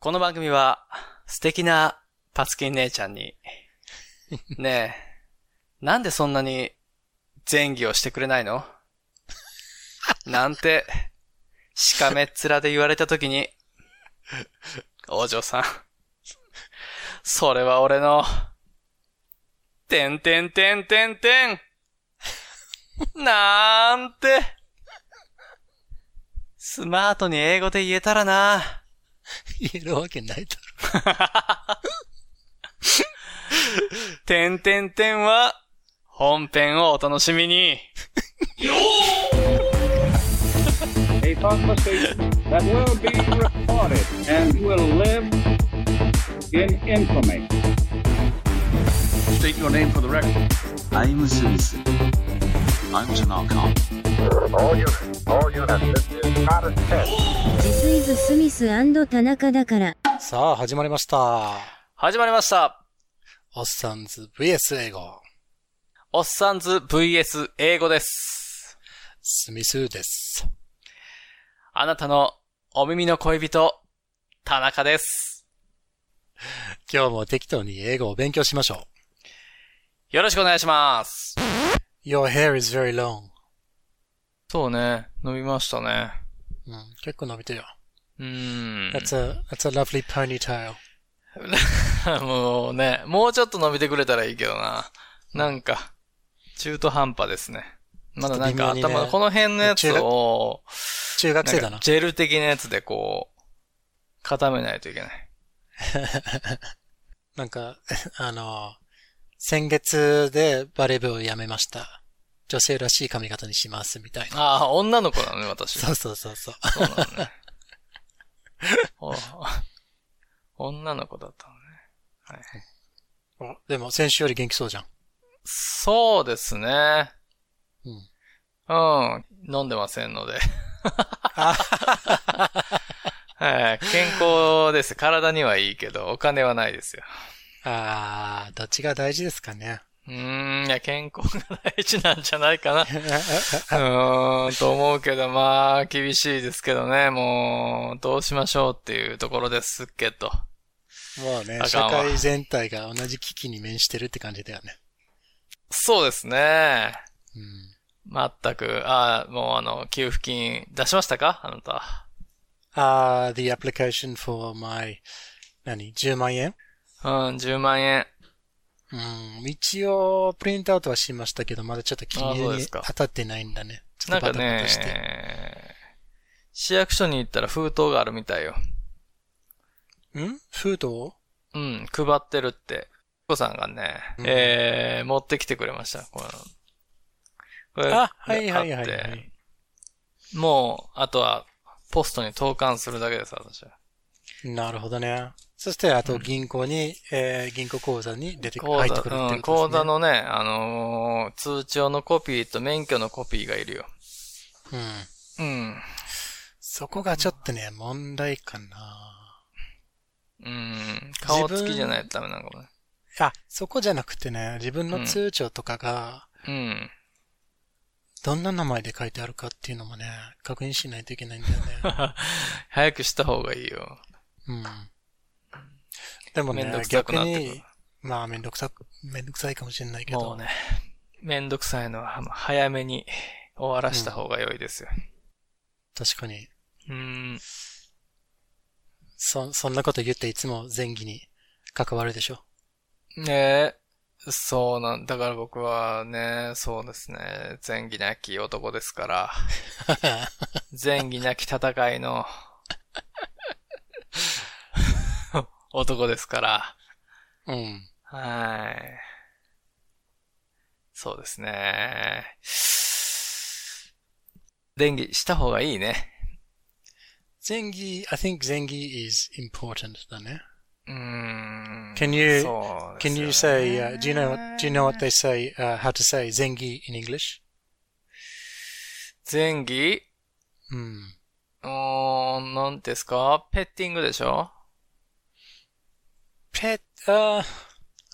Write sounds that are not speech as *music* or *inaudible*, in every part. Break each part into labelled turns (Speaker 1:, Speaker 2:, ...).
Speaker 1: この番組は、素敵なパツキン姉ちゃんに、ねえ、なんでそんなに前儀をしてくれないのなんて、しかめっ面で言われたときに、お嬢さん、それは俺の、てんてんてんてんてん、なんて、スマートに英語で言えたらな。
Speaker 2: 言えるわけないだろ。
Speaker 1: *laughs* てんてんてんは、本編をお楽しみに。
Speaker 3: a conversation that will be recorded and will live in infamy. State your name for the record.
Speaker 4: I'm Smith. I'm Tanaka.
Speaker 5: All units, all units, this is not a test.
Speaker 6: ジスイズ・スミス田中だから。
Speaker 2: さあ、始まりました。
Speaker 1: 始まりました。
Speaker 2: おっさんず VS 英語。
Speaker 1: おっさんず VS 英語です。
Speaker 2: スミスです。
Speaker 1: あなたのお耳の恋人、田中です。
Speaker 2: 今日も適当に英語を勉強しましょ
Speaker 1: よろしくお願いします。
Speaker 2: う。Your hair is very long.
Speaker 1: そうね、伸びましたね。
Speaker 2: うん、結構伸びてるよ。
Speaker 1: うーん。
Speaker 2: That's a, that's a lovely ponytail.
Speaker 1: *laughs* もうね、もうちょっと伸びてくれたらいいけどな。なんか、中途半端ですね。まだなんか
Speaker 2: ちょっと微妙に
Speaker 1: 頭
Speaker 2: ね
Speaker 1: の、この辺のやつを、
Speaker 2: 中学生だ
Speaker 1: ん
Speaker 2: な
Speaker 1: か。ジェル的なやつでこう、固めないといけない。
Speaker 2: なんか、 *laughs* あの、先月でバレー部を辞めました。女性らしい髪型にします、みたいな。
Speaker 1: ああ、女の子なのね、私。
Speaker 2: そうそうそうそう。
Speaker 1: そうなのね。お *laughs* 女の子だったのね。
Speaker 2: おでも、先週より元気そうじゃん。
Speaker 1: そうですね。
Speaker 2: うん。
Speaker 1: うん。飲んでませんので。はい。健康です。体にはいいけど、お金はないですよ。
Speaker 2: あー、どっちが大事ですか *laughs* ね。
Speaker 1: うーん、いや、健康が大事なんじゃないかな。うーん、と思うけど、まあ、厳しいですけどね、もう、どうしましょうっていうところですけど。
Speaker 2: もうね、
Speaker 1: あ
Speaker 2: 社
Speaker 1: かんわ
Speaker 2: 会全体が同じ危機に面してるって感じだよね。
Speaker 1: そうですね。
Speaker 2: うん。
Speaker 1: まったく、ああ、もうあの、給付金出しましたかあなた。
Speaker 2: あー、the application for my, 何 ?10 万円
Speaker 1: うん、10万円。
Speaker 2: うん。一応、プリントアウトはしましたけど、まだちょっと記
Speaker 1: あそう
Speaker 2: 入
Speaker 1: で
Speaker 2: に
Speaker 1: すか
Speaker 2: 当たってないんだね。ち
Speaker 1: な
Speaker 2: ょ
Speaker 1: ん
Speaker 2: っと
Speaker 1: か
Speaker 2: バタバタして。
Speaker 1: ね、市役所に行ったら封筒があるみたいよ。
Speaker 2: ん封筒
Speaker 1: うん、配ってるって。お子さんがね、
Speaker 2: うん
Speaker 1: えー、持ってきてくれました。このこれ
Speaker 2: あ、はいはいはいは
Speaker 1: あって
Speaker 2: い。
Speaker 1: もう、あとは、ポストに投函するだけです、私は。
Speaker 2: なるほどね。そして、あと銀行に、えー銀行口座に出てくる、
Speaker 1: 口
Speaker 2: 入っ
Speaker 1: 座、
Speaker 2: てくるって
Speaker 1: うん、
Speaker 2: こ
Speaker 1: 口
Speaker 2: とです
Speaker 1: 座
Speaker 2: ね。
Speaker 1: のね、あのー通帳のコピーと免許のコピーがいるよ。
Speaker 2: うん。
Speaker 1: うん。
Speaker 2: そこがちょっとね、問題かな。
Speaker 1: うん。顔つきじゃないとダメなのかもね。
Speaker 2: あ、そこじゃなくてね、自分
Speaker 1: う
Speaker 2: の
Speaker 1: ん
Speaker 2: 通帳とかが、
Speaker 1: うん。
Speaker 2: どんな名前で書いてあるかっていうのもね、確認しないといけないんだよ
Speaker 1: *laughs*
Speaker 2: *laughs* ね。
Speaker 1: 早くした方がいいよ。
Speaker 2: うん。でも
Speaker 1: め
Speaker 2: ね
Speaker 1: んどく、さく
Speaker 2: 逆
Speaker 1: なってく
Speaker 2: に
Speaker 1: る、。
Speaker 2: まあめんどくさく、めんどくさいかもしれないけ
Speaker 1: も
Speaker 2: ど、
Speaker 1: うね、めんどくさいのはま早めに終わらした方が良いですよ。
Speaker 2: 確かに、
Speaker 1: うん。
Speaker 2: そ、そんなこと言っていつも前儀に関わるでしょ。
Speaker 1: ねえ。そうなん、だから僕はね、そうですね、前儀なき男です *laughs* から、前儀なき戦いの *laughs* 男ですから、
Speaker 2: うん。
Speaker 1: はい。そうですね。電気した方がいいね。
Speaker 2: 前儀、I think 前儀 is important だね。
Speaker 1: うーん。
Speaker 2: Can you-
Speaker 1: そうです
Speaker 2: Can
Speaker 1: よ
Speaker 2: you
Speaker 1: ね
Speaker 2: say, uh, do you know, do you know what they say, uh, how to say 前儀 in English?
Speaker 1: 前儀
Speaker 2: うん。
Speaker 1: うーん、なんですかペッティングでしょ
Speaker 2: pet, uh,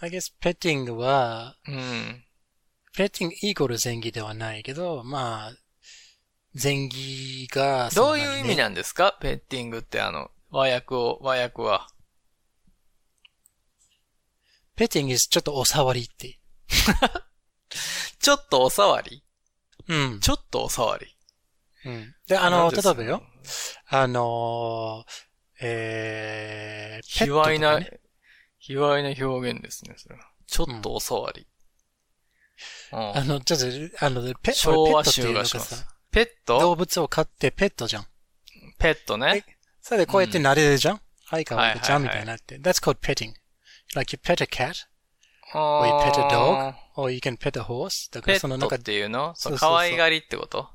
Speaker 2: I guess petting は、
Speaker 1: うん。
Speaker 2: petting イコール前儀ではないけど、まあ、前儀が、
Speaker 1: どういう意味
Speaker 2: な
Speaker 1: なんですかペッティングってあの、和訳を、和訳は。
Speaker 2: petting is ちょっとお触りって。
Speaker 1: ちょっとおさわり
Speaker 2: うん。
Speaker 1: ちょっとおさわり。
Speaker 2: うん。で、あの、
Speaker 1: なんて
Speaker 2: 例
Speaker 1: さ
Speaker 2: えばよ、あのー、えー、
Speaker 1: 卑
Speaker 2: ペットとかね
Speaker 1: 猥な、卑猥な表現ですね、それは。ちょっとおさわり。うん
Speaker 2: あの、ちょっと、あの、ペ
Speaker 1: 昭和
Speaker 2: 俺ペットってい
Speaker 1: 集
Speaker 2: うの
Speaker 1: が
Speaker 2: が
Speaker 1: しま
Speaker 2: さ
Speaker 1: す、。ペット
Speaker 2: 動物を飼ってペットじゃん。
Speaker 1: ペットね。
Speaker 2: それでこうやって慣れるじゃん。はい、かわいいじゃ
Speaker 1: はい
Speaker 2: んみ
Speaker 1: はい
Speaker 2: た
Speaker 1: はい
Speaker 2: いになって。That's called petting. Like you pet a cat,
Speaker 1: お
Speaker 2: or you pet a dog, or you can pet a horse. だか
Speaker 1: ペ
Speaker 2: らその
Speaker 1: ッ
Speaker 2: な
Speaker 1: ト
Speaker 2: んか
Speaker 1: っ、ていうのそう
Speaker 2: そそう
Speaker 1: う、
Speaker 2: そう
Speaker 1: 可愛がりってこと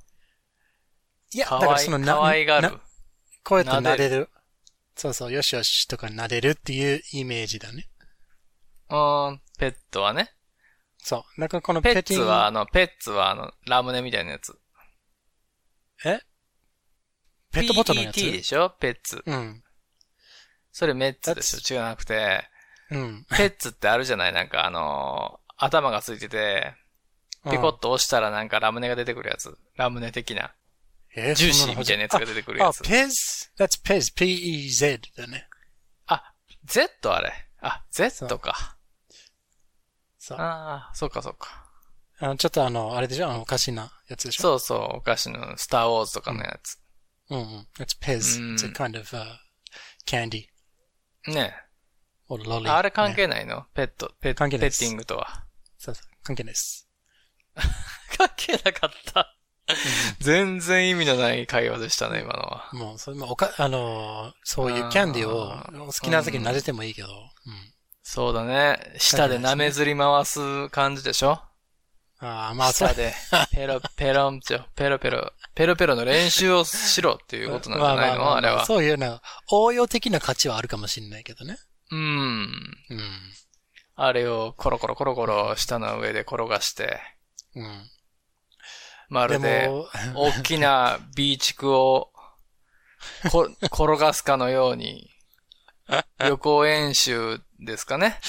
Speaker 2: いや、
Speaker 1: 可
Speaker 2: だから
Speaker 1: 愛い、
Speaker 2: そのな、
Speaker 1: 可愛が
Speaker 2: な
Speaker 1: る。
Speaker 2: こうやって
Speaker 1: 撫
Speaker 2: 撫
Speaker 1: で
Speaker 2: でる。そうそう、よしよしとか撫でるっていうイメージだね。
Speaker 1: うん、ペットはね。
Speaker 2: そう。なんかこの
Speaker 1: ペ
Speaker 2: ペ
Speaker 1: ッ
Speaker 2: ッティン
Speaker 1: ツ
Speaker 2: グ。
Speaker 1: は、あの、ペッツは、あの、ラムネみたいなやつ。
Speaker 2: ペットボトルのやつ。
Speaker 1: PET でしょペッツ。
Speaker 2: うん。
Speaker 1: それメッツでしょ違うなくて、
Speaker 2: うん。
Speaker 1: ペッツってあるじゃないなんかあのー頭がついてて、ピコッと押したらなんかラムネが出てくるやつ。ラムネ的な。
Speaker 2: え
Speaker 1: ジューシーみたいなやつが出てくるやつ
Speaker 2: あ、。ペズ ?That's Pez. P-E-Z だね。
Speaker 1: あ、Z あれ。あ、Z か。
Speaker 2: そう。あ
Speaker 1: ああ、そうかそうか。
Speaker 2: のちょっとあの、あれでしょあの、おかしなやつでしょ
Speaker 1: そうそう、お菓子のスターウォーズとかのやつ。
Speaker 2: う。うんうん。That's Pez.
Speaker 1: うん
Speaker 2: It's a kind of、uh, candy
Speaker 1: ね
Speaker 2: or lolly.
Speaker 1: あれ関
Speaker 2: ね
Speaker 1: 係ないのペット、ペット、
Speaker 2: 関
Speaker 1: ペ
Speaker 2: 係
Speaker 1: ッ
Speaker 2: な
Speaker 1: テ
Speaker 2: いです
Speaker 1: ィングとは。
Speaker 2: そうそう。関係ないです。
Speaker 1: 関係なかった。全然意味のない会話でしたね、今のは。
Speaker 2: もう、それもおか、あのー、そうい
Speaker 1: あー
Speaker 2: うキャンディをお好きな時に撫でてもいいけど。うん。
Speaker 1: そうだね。舌で舐めずり回す感じでしょ
Speaker 2: ああ、まあ、そう
Speaker 1: 舌で、ペロ、ペロンチョ、ペロペロ、ペロペロの練習をしろっていうことなんじゃない
Speaker 2: まま
Speaker 1: のあ
Speaker 2: ま
Speaker 1: れは。
Speaker 2: そういうの、応用的な価値はあるかもしれないけどね。
Speaker 1: うん。
Speaker 2: うん。
Speaker 1: あれをコロコロコロコロ舌の上で転がして、
Speaker 2: うん。
Speaker 1: まる
Speaker 2: で
Speaker 1: で、
Speaker 2: も、
Speaker 1: 大きなビーチクをこ *laughs* 転がすかのように、予行演習ですかね。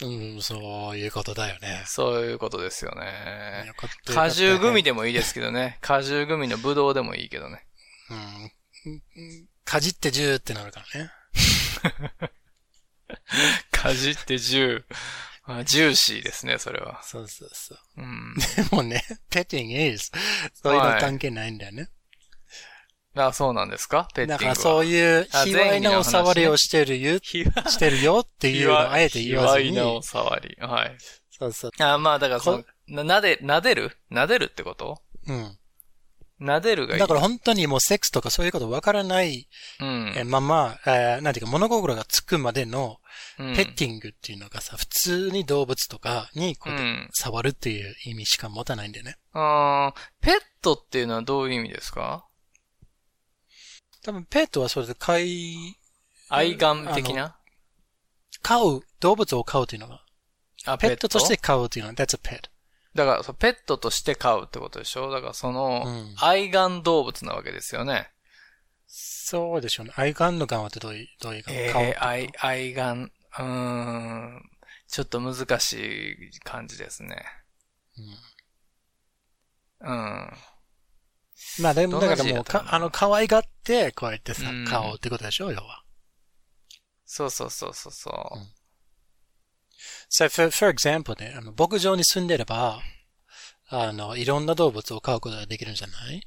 Speaker 1: うん。
Speaker 2: うん、そういうことだよね。
Speaker 1: そういうことですよね。
Speaker 2: よかった
Speaker 1: 果汁グミ
Speaker 2: で。
Speaker 1: でもいいですけどね。 *laughs* 果汁グミのブドウでもいいけどね。 *laughs*
Speaker 2: うん。かじってジューってなるからね。
Speaker 1: かじってジ *laughs* ュー。ジューシーですね、それは。
Speaker 2: そうそうそう。 *laughs*
Speaker 1: うん。
Speaker 2: でもね、petting is、そういう
Speaker 1: は
Speaker 2: の
Speaker 1: い
Speaker 2: 関係ないんだよね。
Speaker 1: あ、そうなんですかペッティ
Speaker 2: だ
Speaker 1: ング
Speaker 2: か
Speaker 1: は。
Speaker 2: らそういう、
Speaker 1: あ
Speaker 2: 卑猥なお触りをしてるゆ、
Speaker 1: 卑猥
Speaker 2: してるよっていうのをあえて言わず
Speaker 1: 卑猥なお
Speaker 2: に。
Speaker 1: 触り。はい。
Speaker 2: そうそう。
Speaker 1: あ、まあだからそ
Speaker 2: こ
Speaker 1: の、な、なで、なでるなでるってこと
Speaker 2: うん。
Speaker 1: なでるがいい。
Speaker 2: だから本当にもうセックスとかそういうことわからない
Speaker 1: うん。
Speaker 2: えまま、えーなんていうか物心がつくまでの
Speaker 1: うん、
Speaker 2: ペッティングっていうのがさ、普通に動物とかにこうやって
Speaker 1: うん
Speaker 2: 触るっていう意味しか持たないんだよね。
Speaker 1: あーペットっていうのはどういう意味ですか
Speaker 2: 多分ペットはそれで飼い、
Speaker 1: 愛玩的な
Speaker 2: 飼う、動物を飼うっていうのが、
Speaker 1: あ、
Speaker 2: ペットとして。飼うっていうのは、that's a pet.
Speaker 1: だからそう、ペットとして飼うってことでしょだからその、
Speaker 2: うん
Speaker 1: 愛玩動物なわけですよね。
Speaker 2: そうでしょうね。愛玩の玩はってどういう、どういう
Speaker 1: え
Speaker 2: 顔、
Speaker 1: ー、愛、愛玩、うーん、ちょっと難しい感じですね。うん。
Speaker 2: まあで
Speaker 1: ど
Speaker 2: も、
Speaker 1: んな
Speaker 2: だ
Speaker 1: 字
Speaker 2: か
Speaker 1: だ
Speaker 2: らもう
Speaker 1: った
Speaker 2: か
Speaker 1: か、な
Speaker 2: あの、可愛がって、こうやってさ
Speaker 1: うん、
Speaker 2: 飼おうってことでしょう、要は。
Speaker 1: そうそうそうそうそう。
Speaker 2: So, for, for example ね、あの、牧場に住んでれば、あの、いろんな動物を飼うことができるんじゃない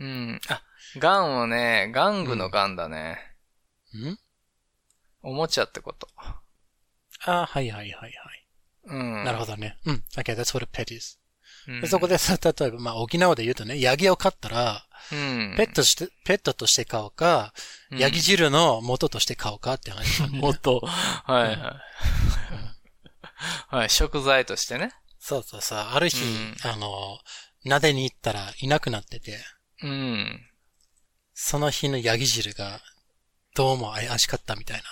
Speaker 1: うん。あ、ガンをね、ガングのガンだね。
Speaker 2: うん
Speaker 1: おもちゃってこと。
Speaker 2: あはいはいはいはい。
Speaker 1: うん。
Speaker 2: なるほどね。うん。Okay, that's what a pet is.
Speaker 1: ど。
Speaker 2: でそこでさ、例えば、まあ、沖縄で言うとね、ヤギを飼ったら、
Speaker 1: うん、
Speaker 2: ペットして、ペットとして飼うか、
Speaker 1: うん
Speaker 2: ヤギ汁の元として飼うかって話なんだよね、
Speaker 1: 元。はいはい。はい、食材としてね。
Speaker 2: そうそうそう。ある日、
Speaker 1: うん
Speaker 2: あの、撫でに行ったらいなくなってて、
Speaker 1: うん。
Speaker 2: その日のヤギ汁が、どうも怪しかったみたい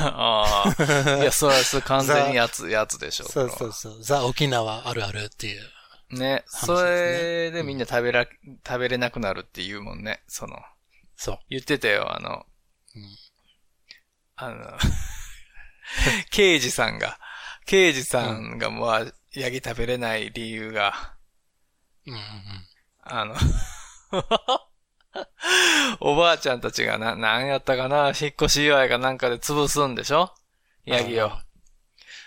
Speaker 1: ああ。 *laughs* いや、そうです。完全にや
Speaker 2: *laughs*
Speaker 1: つ、やつでしょ。
Speaker 2: な。そうそうそう。ザ・沖縄あるあるっていう。
Speaker 1: ね、
Speaker 2: 話
Speaker 1: それでみんな食べら、食べれなくなるって言うもんね。その、
Speaker 2: そう。
Speaker 1: 言ってたよ、あの、
Speaker 2: うん
Speaker 1: あの、 *laughs* 刑事さんが、刑事さんがもう、ヤギ食べれない理由が、
Speaker 2: うんうんうん。
Speaker 1: あの、 *laughs* おばあちゃんたちがな、なんやったかな、引っ越し祝いかなんかで潰すんでしょヤギを。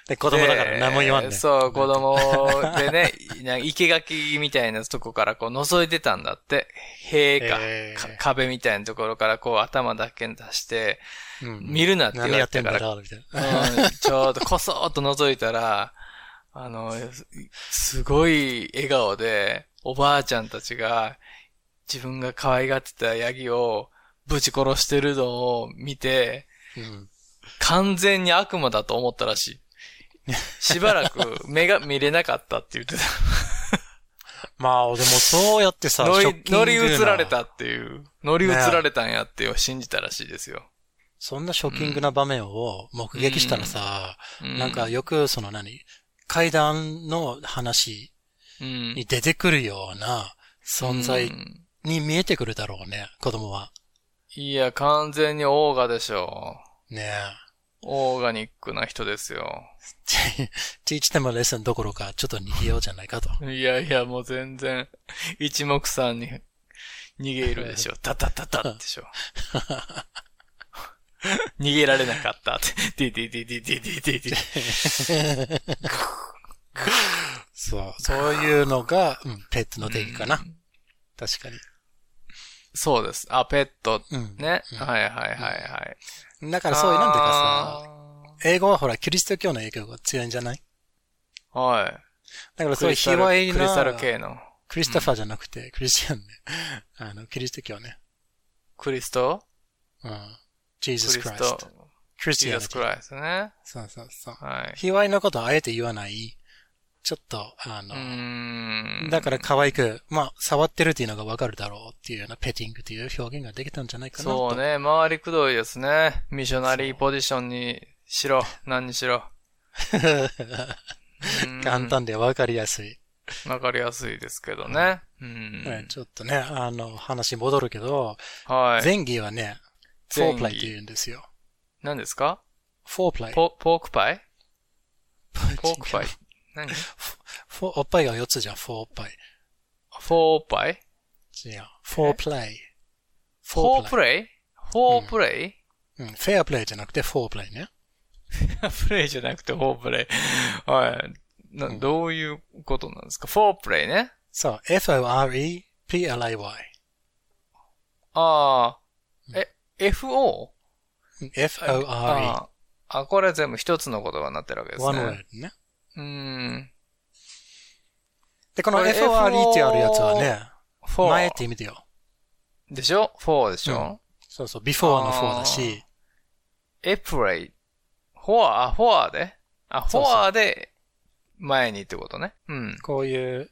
Speaker 2: で、子供だから何も言わんね
Speaker 1: で
Speaker 2: ん。
Speaker 1: そう、子供でね、 *laughs* なんか生垣みたいなとこからこう覗いてたんだって。塀か,か、
Speaker 2: へー
Speaker 1: 壁みたいなところからこう頭だけ出して、
Speaker 2: うん
Speaker 1: 見るなって言
Speaker 2: 何
Speaker 1: わ
Speaker 2: や
Speaker 1: れ
Speaker 2: って
Speaker 1: たか
Speaker 2: んだ
Speaker 1: ら、
Speaker 2: ろうみたいな。
Speaker 1: うんちょっとこそーっと覗いたら、あの、すごい笑顔で、おばあちゃんたちが、自分が可愛がってたヤギをぶち殺してるのを見て、
Speaker 2: うん。
Speaker 1: 完全に悪魔だと思ったらしい。しばらく目が見れなかったって言ってた。
Speaker 2: まあ、でもそうやってさ、
Speaker 1: 乗
Speaker 2: ショ
Speaker 1: り
Speaker 2: ッキングな
Speaker 1: 乗り移られたっていう、乗り移られたんやって信じたらしいですよ。
Speaker 2: そんなショッキングな場面を目撃したらさ、
Speaker 1: う
Speaker 2: なんか、よくその何、階段の話
Speaker 1: うん
Speaker 2: に出てくるような存
Speaker 1: う
Speaker 2: 在
Speaker 1: ん
Speaker 2: に見えてくるだろうね、子供は。
Speaker 1: いや、完全にオーガでしょう。
Speaker 2: ね *laughs*
Speaker 1: オーガニックな人ですよ。
Speaker 2: え。ち、ちてもレッスンどころか、ちょっと逃げようじゃないかと。
Speaker 1: いやいや、もう全然、一目散に逃げるでしょ。タタタタでしょ。逃げられなかったって。ディディディディディディディ。
Speaker 2: そう。そういうのが、うん、ペットの定義かな。確かに。
Speaker 1: そうです。あ、ペット。
Speaker 2: うん。
Speaker 1: ね。はいはいはいはい。
Speaker 2: だからそういうなんていうかさ、英語はほら、キリスト教の影響が強いんじゃない
Speaker 1: さ。はい。
Speaker 2: だからそ
Speaker 1: ク
Speaker 2: ういう
Speaker 1: リス
Speaker 2: 卑
Speaker 1: タル
Speaker 2: 猥
Speaker 1: クリスタル
Speaker 2: な、
Speaker 1: 系の。
Speaker 2: クリスタファーじゃなくて、クリスチャンね。あの、キリスト教ね。
Speaker 1: クリスト
Speaker 2: うん。
Speaker 1: ク
Speaker 2: Jesus
Speaker 1: リスト
Speaker 2: Christ。。クリス
Speaker 1: ジー
Speaker 2: チャ
Speaker 1: ザ
Speaker 2: ン。
Speaker 1: スクライスね。
Speaker 2: そうそうそう。
Speaker 1: はい。
Speaker 2: 卑猥なことはあえて言わない。ちょっと、あの
Speaker 1: う、ーん。
Speaker 2: だから可愛く、まあ、触ってるっていうのがわかるだろうっていうような、ペティングっていう表現ができたんじゃないかなと。
Speaker 1: そうね、回りくどいですね。ミッショナリーポジションにしろ、何にし
Speaker 2: *laughs*
Speaker 1: ろ。うん
Speaker 2: 簡。単でわかりやすい。
Speaker 1: わかりやすいですけどね。うん。
Speaker 2: ねちょっとね、あの、話戻るけど、
Speaker 1: はい。
Speaker 2: 前儀はね、フ
Speaker 1: 前
Speaker 2: ォ
Speaker 1: 儀
Speaker 2: ープライって言うんですよ。
Speaker 1: 何ですか
Speaker 2: フォープライ。
Speaker 1: ポポークパイポーク
Speaker 2: *laughs*
Speaker 1: パイ。何
Speaker 2: フォーおっぱいが4つじゃん、フォーパイ。
Speaker 1: フォーパイ
Speaker 2: 違う。フォープライ。
Speaker 1: フォープレイフォープレ *laughs* イ
Speaker 2: うん、フェアプレイじゃなくてフォープレイね。
Speaker 1: プレイじゃなくてフォープレイ。はい。などういうことなんですかフォープレイね。
Speaker 2: そう、F-O-R-E-P-L-I-Y。E
Speaker 1: ああ。え、FO?
Speaker 2: うん
Speaker 1: あ
Speaker 2: F-O-R-E。
Speaker 1: ーあ、これ全部一つの言葉になってるわけですね。
Speaker 2: E, one word ね。
Speaker 1: うーん。
Speaker 2: で、この
Speaker 1: これ
Speaker 2: F-O-R-E ってあるやつはね、
Speaker 1: フォー。
Speaker 2: 前って意味だよ。
Speaker 1: でしょ ?4 でしょ、
Speaker 2: そうそう、before の for だし、
Speaker 1: エプレイ。フォア、あ、フォアであ、フ
Speaker 2: そうそう
Speaker 1: ォアで前にってことね。うん。
Speaker 2: こういう、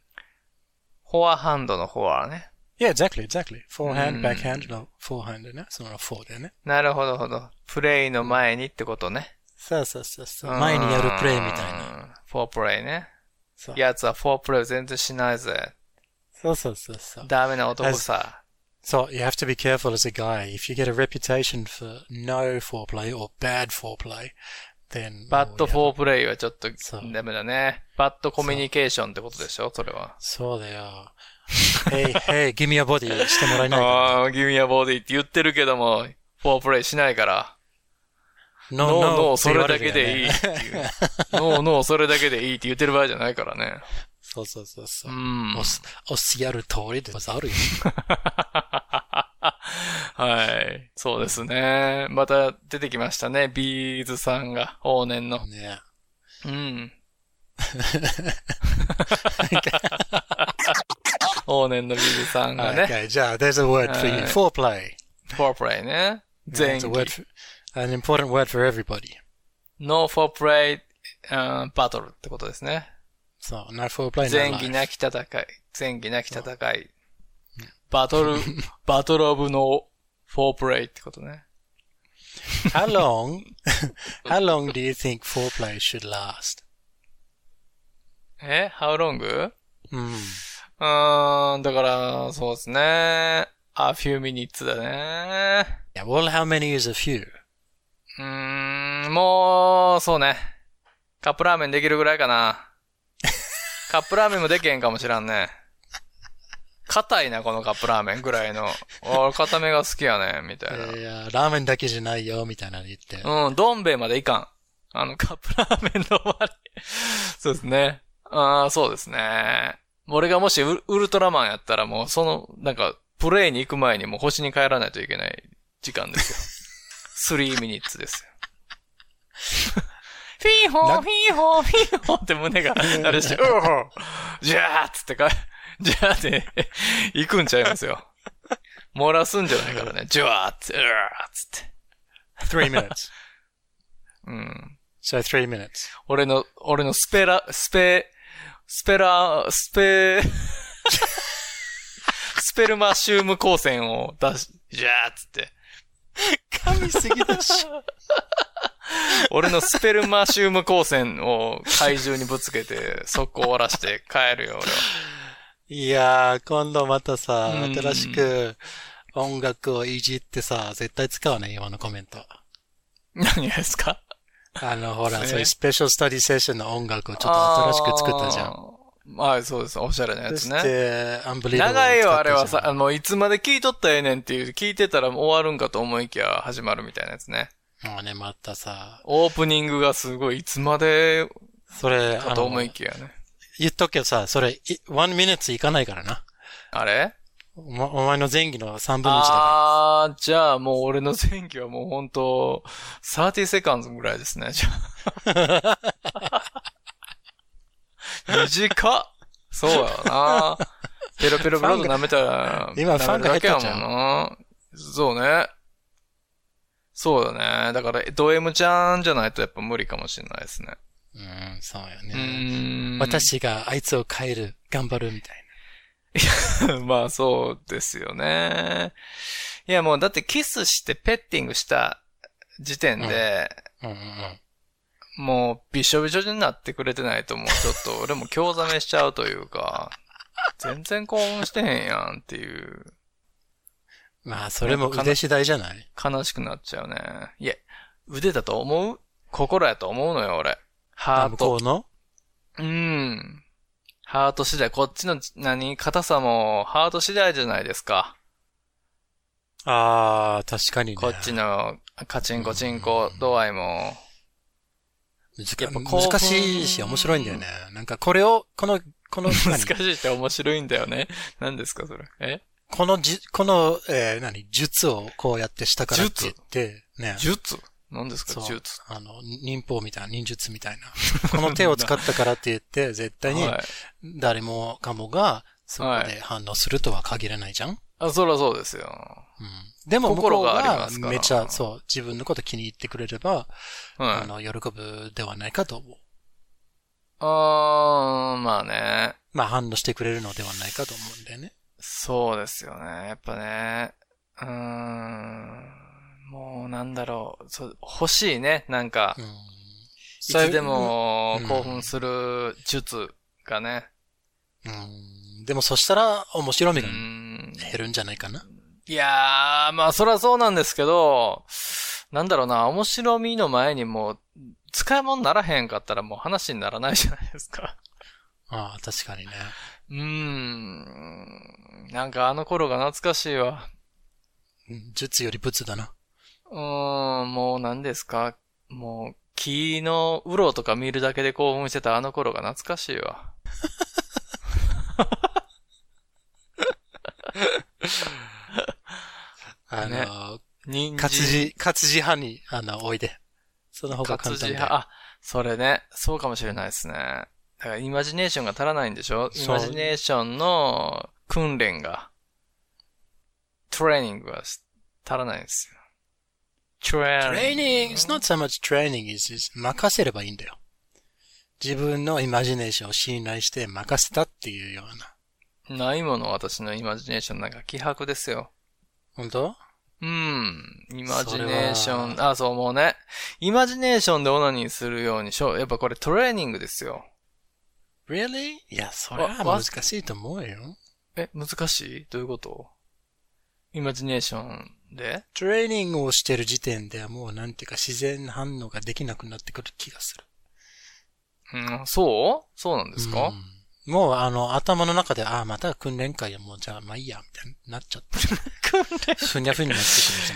Speaker 1: フォアハンドのフォアね。
Speaker 2: yeah, exactly, exactly.
Speaker 1: う
Speaker 2: forehand,
Speaker 1: ん
Speaker 2: backhand の forehand ね。その for だよね。
Speaker 1: なるほど、ほど。プレイの前にってことね。
Speaker 2: そうそうそうそう。
Speaker 1: うん
Speaker 2: 前にやるプレイみたいな。。
Speaker 1: フォープレイね。
Speaker 2: そう
Speaker 1: やつはフォープレイを全然しないぜ。
Speaker 2: そうそうそうそう。
Speaker 1: ダメな男さ。
Speaker 2: So you have to be careful as a guy. If you get a reputation for no foreplay or bad foreplay, then oh,
Speaker 1: バッドフォー
Speaker 2: ー
Speaker 1: プレイはちょっと
Speaker 2: そう
Speaker 1: ダメだね。バッドコミュニケーションってことでしょそれは。
Speaker 2: そうだよ。hey, hey, give me a body してもらえないか
Speaker 1: ああ、ギミアボディって言ってるけども、フォープレイしないから。
Speaker 2: な
Speaker 1: ノー
Speaker 2: No,
Speaker 1: ノ
Speaker 2: no,
Speaker 1: ーそれだけでいい
Speaker 2: っ
Speaker 1: ってて
Speaker 2: 言わ
Speaker 1: い
Speaker 2: れる
Speaker 1: う
Speaker 2: よね。。
Speaker 1: *laughs* ノーノーそれだけでいいって言ってる場合じゃないからね。
Speaker 2: そうそうそうそうう。
Speaker 1: ん。
Speaker 2: おす、おすやる通りでござるよ。
Speaker 1: *laughs* はい。そうですね。また出てきましたね。ビーズさんが、往年の。
Speaker 2: ね
Speaker 1: うん。往年のビーズさんがね。
Speaker 2: Okay, じゃあ、there's a word for
Speaker 1: は
Speaker 2: you.
Speaker 1: い
Speaker 2: Foreplay.
Speaker 1: フォープレイね。全
Speaker 2: That's
Speaker 1: 員。
Speaker 2: a word for, an important word for everybody.
Speaker 1: ノーフォープレイ、バトルってことですね。
Speaker 2: So, no foreplay,
Speaker 1: 前
Speaker 2: no
Speaker 1: 儀
Speaker 2: life.
Speaker 1: なき戦い。前儀なき戦い。バトル、 *laughs* バトルオブのフォープレイってことね。
Speaker 2: How long, *laughs* how long do you think foreplay should last?
Speaker 1: え ?How long?
Speaker 2: うん。
Speaker 1: うーん、だから、そうですね。A few minutes だね。
Speaker 2: Yeah, well, how many is a few?
Speaker 1: うーん、もう、そうね。カップラーメンできるぐらいかな。カップラーメンもできへんかもしらんね。硬いな、このカップラーメンぐらいの。俺、硬めが好きやねん、みたい
Speaker 2: いや、ラーメンだけじゃないよ、みたいなの言って。
Speaker 1: な。うん、どん兵衛までいかん。あの、カップラーメンの終わり。そうですね。ああ、そうですね。俺がもしウルウルトラマンやったらもう、その、なんか、プレイに行く前にもう星に帰らないといけない時間 *laughs* ですよ。3ミニッツですよ。 *laughs* フィーホー、
Speaker 2: な
Speaker 1: フィーホー、フィーホーって胸が、 *laughs* あれして、うおーじゃあっつってか、じゃあで、行くんちゃいますよ。漏らすんじゃないからね。じゃあっつって、うわーっつって。
Speaker 2: 3 minutes.
Speaker 1: うん。
Speaker 2: So
Speaker 1: *laughs*
Speaker 2: 3 minutes.
Speaker 1: 俺の、俺のスペラ、スペ、スペラ、ス
Speaker 2: *laughs*
Speaker 1: ペ、スペルマシウム光線を出し、じゃあっつって。
Speaker 2: 噛みすぎだ *laughs* し。
Speaker 1: 俺のスペルマシウム光線を怪獣にぶつけて、速攻終わらして帰るよ、俺は。
Speaker 2: いやー、今度またさ
Speaker 1: う、ん
Speaker 2: 新しく音楽をいじってさ、絶対使うね、今のコメント。
Speaker 1: 何がですか
Speaker 2: あの、ほら、
Speaker 1: ね
Speaker 2: そういうスペシャルスタディセッションの音楽をちょっと新しく作ったじゃん。
Speaker 1: ん。はい、そうです。おしゃれなや
Speaker 2: そ
Speaker 1: つ
Speaker 2: し
Speaker 1: ね。
Speaker 2: て、アンブリーダ
Speaker 1: 長いよ、あれはさ、あの、いつまで聞いとったらええねんっていう、聞いてたら終わるんかと思いきや始まるみたいなやつね。
Speaker 2: もうね、またさ、
Speaker 1: オープニングがすごい、いつまで
Speaker 2: それ、
Speaker 1: か
Speaker 2: あ
Speaker 1: と
Speaker 2: の、
Speaker 1: 思いきやね。
Speaker 2: 言っとくけどさ、それ、い1 minutes いかないからな。
Speaker 1: あれ
Speaker 2: お前お前の前期の3分の1だか
Speaker 1: あー、じゃあもう俺の前期はもう本当30セカンズぐらいですね、じゃあ。 *laughs* 短っそうやわな。ペロペロブロード舐めたら、
Speaker 2: 今ファンが
Speaker 1: 舐めるだけやもんな。そうね。そうだね。だから、ド M ちゃんじゃないとやっぱ無理かもしれないですね。
Speaker 2: ら。うん、そうよ
Speaker 1: う
Speaker 2: ね。
Speaker 1: ーん。
Speaker 2: 私があいつを変える、頑張るみたい
Speaker 1: *laughs* まあそうですよね。いやもうだってキスしてペッティングした時点で、
Speaker 2: な。うんうんうん。
Speaker 1: もうびしょびしょになってくれてないともうちょっと俺も興ざめしちゃうというか、全然興奮してへんやんっていう、
Speaker 2: まあ、それも腕次第じゃない
Speaker 1: 悲しくなっちゃうね。いや、腕だと思う心やと思うのよ俺。ハー
Speaker 2: 向
Speaker 1: ト
Speaker 2: こ。うの
Speaker 1: うん。ハート次第、こっちの何硬さもハート次第じゃないですか。
Speaker 2: ああ、確かにね。
Speaker 1: こっちのカチンコチンコ度合いも。
Speaker 2: 難
Speaker 1: やっぱ興奮
Speaker 2: 難しいし、面白いんだよね。なんか、これを、この、この、
Speaker 1: *laughs* 難
Speaker 2: 何
Speaker 1: しいって面白いんだよね。何ですか、それ。え
Speaker 2: このじ、この、えー、何、術をこうやってしたからって言って、ね。
Speaker 1: 術何ですか
Speaker 2: そう、
Speaker 1: 術。
Speaker 2: あの、忍法みたいな、忍術みたいな。この手を使ったからって言
Speaker 1: *laughs*
Speaker 2: って、絶対に
Speaker 1: はい。
Speaker 2: 誰もかもが、そこで反応するとは限らないじゃん、
Speaker 1: あ、そらそうですよ。
Speaker 2: うん。でも、向こ
Speaker 1: 心
Speaker 2: う
Speaker 1: があり
Speaker 2: が
Speaker 1: ますから
Speaker 2: めちゃ、そう、自分のこと気に入ってくれれば、あ
Speaker 1: はい。
Speaker 2: の、喜ぶではないかと思う。
Speaker 1: あー、まあね。
Speaker 2: まあ、反応してくれるのではないかと思うんだよね。
Speaker 1: そうですよね。やっぱね。うーん。もう、なんだろう。そう欲しいね。なんか
Speaker 2: う、ん。
Speaker 1: いつでも
Speaker 2: うん
Speaker 1: 興奮する術がね。
Speaker 2: うん。でも、そしたら、面白み
Speaker 1: う
Speaker 2: が
Speaker 1: ん。
Speaker 2: 減るんじゃないかな。
Speaker 1: いやー、まあ、そらそうなんですけど、なんだろうな、面白みの前にもう、使い物にならへんかったらもう話にならないじゃないですか。
Speaker 2: ああ、確かにね。
Speaker 1: うーん。なんかあの頃が懐かしいわ。
Speaker 2: うん術より仏だな。
Speaker 1: うーん、もう何ですかもう、木のうろうとか見るだけで興奮してたあの頃が懐かしいわ。
Speaker 2: あの、
Speaker 1: ね人参
Speaker 2: 活字、活字派に、あの、おいで。その方が
Speaker 1: 活
Speaker 2: 簡
Speaker 1: 字
Speaker 2: 単だよ
Speaker 1: 派。あ、それね。そうかもしれないですね。だからイマジネーションが足らないんでしょイ
Speaker 2: そう
Speaker 1: マジネーションの訓練が、トレーニングが足らないんですよ。トレーニング。
Speaker 2: training, it's not so much training, it's just 任せればいいんだよ。自分のイマジネーションを信頼して任せたっていうような。
Speaker 1: ないもの私のイマジネーションなんか気迫ですよ。
Speaker 2: 本当
Speaker 1: うん。イマジネーショ
Speaker 2: そ
Speaker 1: ン、あ、そう、もうね。イマジネーションでオナニーするようにしょ、やっぱこれトレーニングですよ。
Speaker 2: ?Really? いや、それは
Speaker 1: わ
Speaker 2: 難しいと思うよ。
Speaker 1: え、難しいどういうことイマジネーションで
Speaker 2: トレーニングをしてる時点ではもうなんていうか自然反応ができなくなってくる気がする。
Speaker 1: うん、そうそうなんですか、
Speaker 2: うんもう、あの、頭の中で、ああ、また訓練会や、もう、じゃあ、まあいいや、みたいになっちゃって。ふにゃふにゃってくるじゃ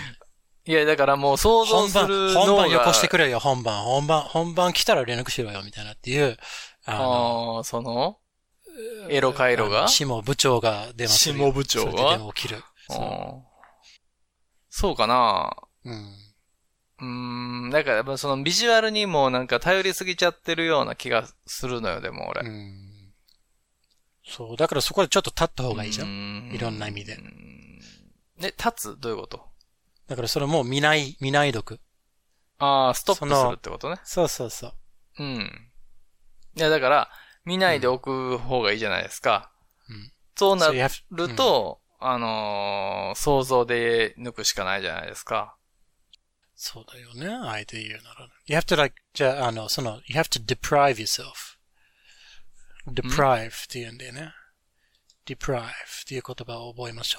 Speaker 1: い
Speaker 2: ん。
Speaker 1: や、だからもう想像
Speaker 2: 本
Speaker 1: する
Speaker 2: 番、
Speaker 1: 脳
Speaker 2: 本
Speaker 1: が
Speaker 2: 番よこしてくれよ、本番、本番、本番来たら連絡しろよ、みたいなっていう、あの、
Speaker 1: ああ、その、エロ回路
Speaker 2: あ
Speaker 1: が
Speaker 2: の下部長が出まするよ。
Speaker 1: 下部長が
Speaker 2: それででも起きる。
Speaker 1: う
Speaker 2: そ
Speaker 1: んそうかな
Speaker 2: ううん。
Speaker 1: うーん、だからやっぱそのビジュアルにもなんか頼りすぎちゃってるような気がするのよ、でも俺。
Speaker 2: うんそう、だからそこでちょっと立った方がいいじゃん。
Speaker 1: ん
Speaker 2: いろんな意味で
Speaker 1: うんで、立つどういうこと
Speaker 2: だからそれもう見ない、見ない毒。
Speaker 1: ああ、ストッ
Speaker 2: そ
Speaker 1: プ
Speaker 2: の
Speaker 1: するってことね。
Speaker 2: そうそうそう。
Speaker 1: うん。いや、だから、見ないでおく方がいいじゃないですか。
Speaker 2: うん
Speaker 1: そうな
Speaker 2: そうや
Speaker 1: ると、あのー想像で抜くしかないじゃないですか。
Speaker 2: そうだよね。あえて言うなら。You have to like, じゃあ、あの、その、you have to deprive yourself. deprive って言うんだよね。deprive っていう言葉を覚えましょ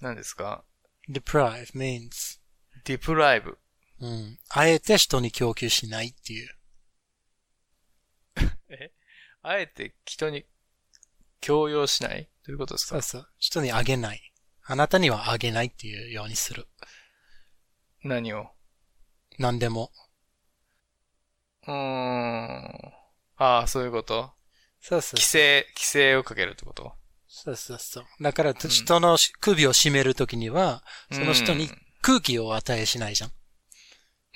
Speaker 1: 何ですか
Speaker 2: う。deprive means,
Speaker 1: ディプライブ。
Speaker 2: うん。あえて人に供給しないっていう。
Speaker 1: あえて人に強要しないということです
Speaker 2: そ
Speaker 1: か
Speaker 2: うそう。人にあげない。あなたにはあげないっていうようにする。
Speaker 1: 何を
Speaker 2: 何でも。
Speaker 1: うーん。ああ、そういうこと。
Speaker 2: そうそう
Speaker 1: 規制、規制をかけるってこと
Speaker 2: そうそうそう。だから、人のし首を絞めるときには、その人に空気を与えしないじゃん。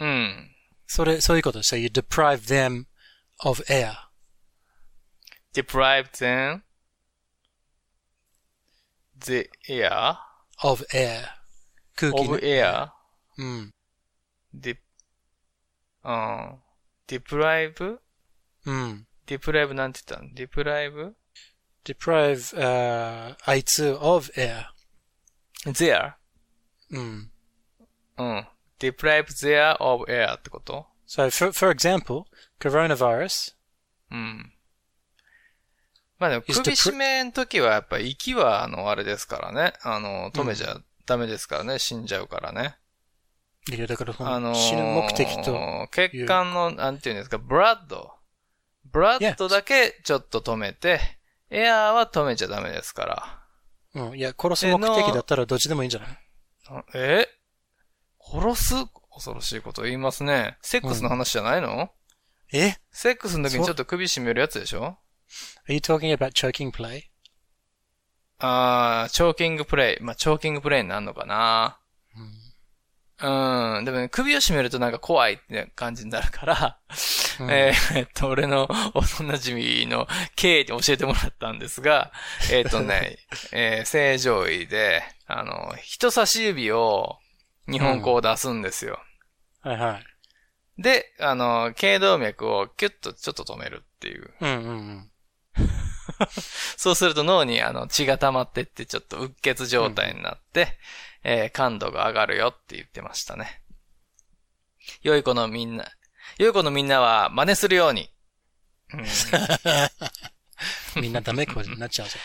Speaker 1: うん。
Speaker 2: それ、そういうことでした。you deprive them of air.
Speaker 1: deprive them the air
Speaker 2: of air. Mm. 空気
Speaker 1: of
Speaker 2: ね。
Speaker 1: air
Speaker 2: うん。
Speaker 1: で、うん。deprive?
Speaker 2: うん。
Speaker 1: deprive なんて言ったの ?deprive?
Speaker 2: deprive, えーあいつ of air. Mm.
Speaker 1: their?
Speaker 2: うん。
Speaker 1: うん。deprive their of air ってこと
Speaker 2: So, for, for example, coronavirus.
Speaker 1: うん。まあでも、
Speaker 2: Is the
Speaker 1: 首絞めんときは、やっぱ、息は、あの、あれですからね。あの、止めちゃダメですからね。死んじゃうからね。
Speaker 2: いや、だから、そ
Speaker 1: あの
Speaker 2: の
Speaker 1: ー
Speaker 2: 死ぬ目的と。
Speaker 1: 血管の、なんていうんですか、ブラッド。ブラッドだけちょっと止めて、エアーは止めちゃダメですか
Speaker 2: うん。いや、殺す目的だったらどっちでもいいんじゃない
Speaker 1: ら。え殺す恐ろしいこと言いますね。セックスの話じゃないの、
Speaker 2: え
Speaker 1: セックスの時にちょっと首絞めるやつでしょ
Speaker 2: ?Are you talking about choking play?
Speaker 1: あー、チョーキングプレイ。まあ、チョーキングプレイになるのかな。うん。でもね、首を絞めるとなんか怖いって感じになるから、
Speaker 2: うん
Speaker 1: えーえっと、俺の幼馴染の K に教えてもらったんですが、えっ、と
Speaker 2: *laughs*
Speaker 1: ね、えー正常位で、あの、人差し指を日本語を出すんですよ。
Speaker 2: はいはい。
Speaker 1: で、あの、頸動脈をキュッとちょっと止めるっていう。
Speaker 2: うんうんうん。
Speaker 1: そうすると脳にあの血が溜まってってちょっとうっ血状態になって、えー感度が上がるよって言ってましたね。良い子のみんな、良い子のみんなは真似するように。うん
Speaker 2: みんなダメこになっちゃうじ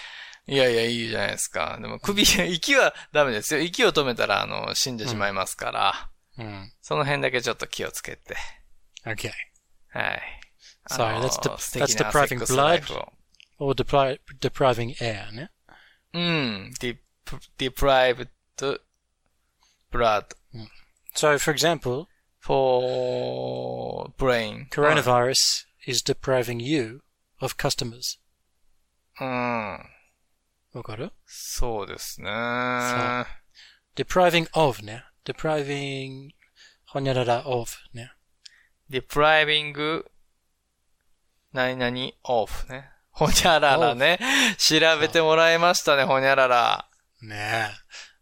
Speaker 1: いやいや、いいじゃないですか。でも首、息はダメですよ。息を止めたら、あの、死んでしまいますから、
Speaker 2: ゃん。うん。
Speaker 1: その辺だけちょっと気をつけて。
Speaker 2: Okay.
Speaker 1: はい。
Speaker 2: Sorry,
Speaker 1: あの
Speaker 2: that's the-
Speaker 1: 素敵な
Speaker 2: that's depriving
Speaker 1: セックスライフを
Speaker 2: or depri depriving air ね。
Speaker 1: うん。ディプライブ d blood
Speaker 2: So, for example,
Speaker 1: for brain.
Speaker 2: coronavirus is depriving you of customers.
Speaker 1: うん。
Speaker 2: わかる
Speaker 1: そうですね。
Speaker 2: う ?depriving of ね。depriving ほにゃらら of ね。
Speaker 1: depriving 何々 off ね。ほにゃららね。調べてもらいましたね、ほにゃらら。
Speaker 2: ねえ。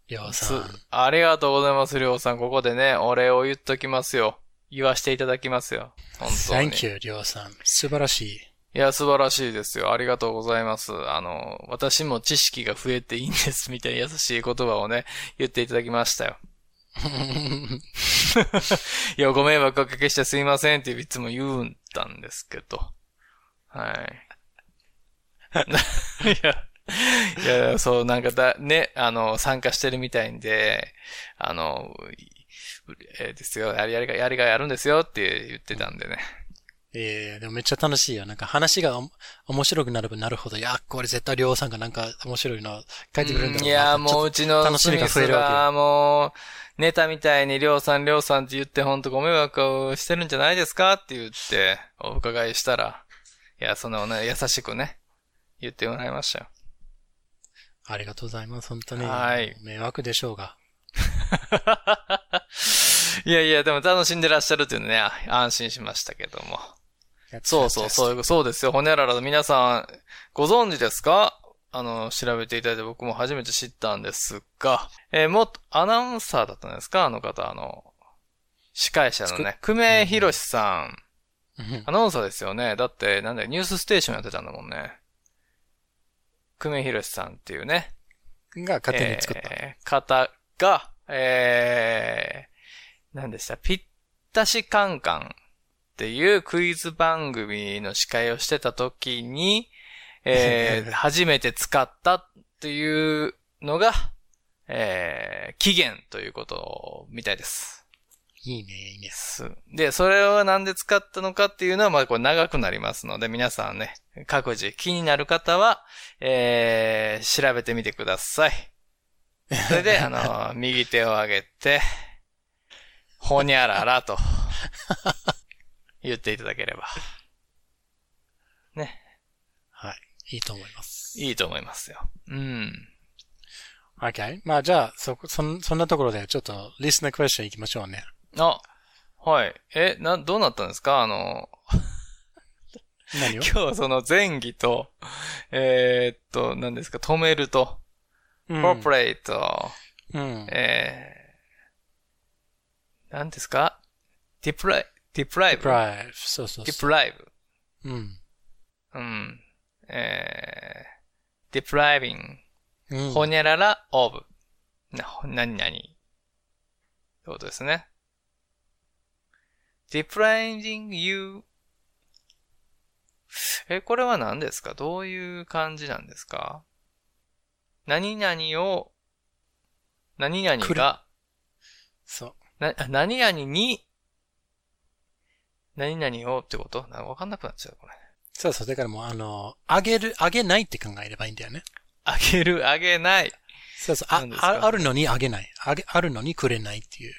Speaker 2: りょうさ
Speaker 1: つ
Speaker 2: ん。
Speaker 1: ありがとうございます、りょうさん。ここでね、お礼を言っときますよ。言わしていただきますよ。本当に。
Speaker 2: Thank you, りょうさん。素晴らしい。
Speaker 1: いや、素晴らしいですよ。ありがとうございます。あの、私も知識が増えていいんです、 *laughs* みたいな優しい言葉をね、言っていただきましたよ。いや、ご迷惑おかけしてすいませんっていつも言うんだんですけど。 *laughs* はい。いや、いや、そう、なんかだ、ね、あの、参加してるみたいんで、あの、いえーですよ、やりやりが、やりがいあるんですよって言ってたんでね。
Speaker 2: ええでもめっちゃ楽しいよ。なんか話がおも面白くなればなるほど、いや、これ絶対りょうさんがなんか面白いの書いてくれるんだろ
Speaker 1: いう
Speaker 2: な。
Speaker 1: やー、
Speaker 2: ちょ
Speaker 1: もう
Speaker 2: っ
Speaker 1: うちの
Speaker 2: 楽し
Speaker 1: ス
Speaker 2: み
Speaker 1: ミ
Speaker 2: が
Speaker 1: ス
Speaker 2: 増えるわけよ
Speaker 1: が、もう、ネタみたいにりょうさん、りょうさんって言って、ほんとご迷惑をしてるんじゃないですかって言って、お伺いしたら、いや、そんなね、優しくね、言ってもらいましたよ。
Speaker 2: とありがとうございます。本当に。
Speaker 1: はい
Speaker 2: 迷惑でしょうが。
Speaker 1: いやいや、でも楽しんでらっしゃるっていうのね、あ安心しましたけども。
Speaker 2: That's
Speaker 1: そうそう、そういう、そうですよ。ほにゃららの皆さん、ご存知ですかあの、調べていただいて僕も初めて知ったんですが、えー、もっと、アナウンサーだったんですかあの方、あの、司会者のね、久米宏さん、
Speaker 2: fantastic
Speaker 1: アナウンサーですよね。だって、なんだよニュースステーションやってたんだもんね。久米宏さんっていうね、
Speaker 2: うんが勝手に作った。
Speaker 1: えー方が、えー、何でしたぴったしカンカンっていうクイズ番組の司会をしてた時に、え
Speaker 2: *laughs*
Speaker 1: ー初めて使ったっていうのが、えー、起源ということみたいです。
Speaker 2: いいね、いいね。
Speaker 1: すで、それをなんで使ったのかっていうのは、まあ、これ長くなりますので、皆さんね、各自気になる方は、えー、調べてみてください。それで、あの、右手を上げて、ほにゃららと、言っていただければ、
Speaker 2: はい。いいと思います。
Speaker 1: いいと思いますよ。うん。
Speaker 2: OK。まあじゃあ、そこ、そん、そんなところで、ちょっと、リスナークエスチョン行きましょうね。
Speaker 1: あ、はい。え、な、どうなったんですかあの、
Speaker 2: 何を
Speaker 1: 今日その前儀と、えー、っと、何ですか、止めると、コープレイト、
Speaker 2: うん。
Speaker 1: えー、何ですかディプライ、ディプライブ
Speaker 2: プライブ。そうそう
Speaker 1: ディ
Speaker 2: そ
Speaker 1: プライブ。
Speaker 2: う。うん。
Speaker 1: うん。えー、ディプライビン
Speaker 2: うん。
Speaker 1: ほにゃらら、オブ。な、ほ何々。ってことですね。depriving you. え、これは何ですかどういう感じなんですか何々を、何々
Speaker 2: くる
Speaker 1: が、
Speaker 2: そう。
Speaker 1: な、 *laughs* あ何々に、何々をってことなんかわかんなくなっちゃう、これ。
Speaker 2: そうそう。だからもう、あの、あげる、あげないって考えればいいんだよね。
Speaker 1: あげる、あげない。
Speaker 2: そうそう。あ
Speaker 1: 何で、すか
Speaker 2: ああるのにあげない。あげ、あるのにくれないっていう。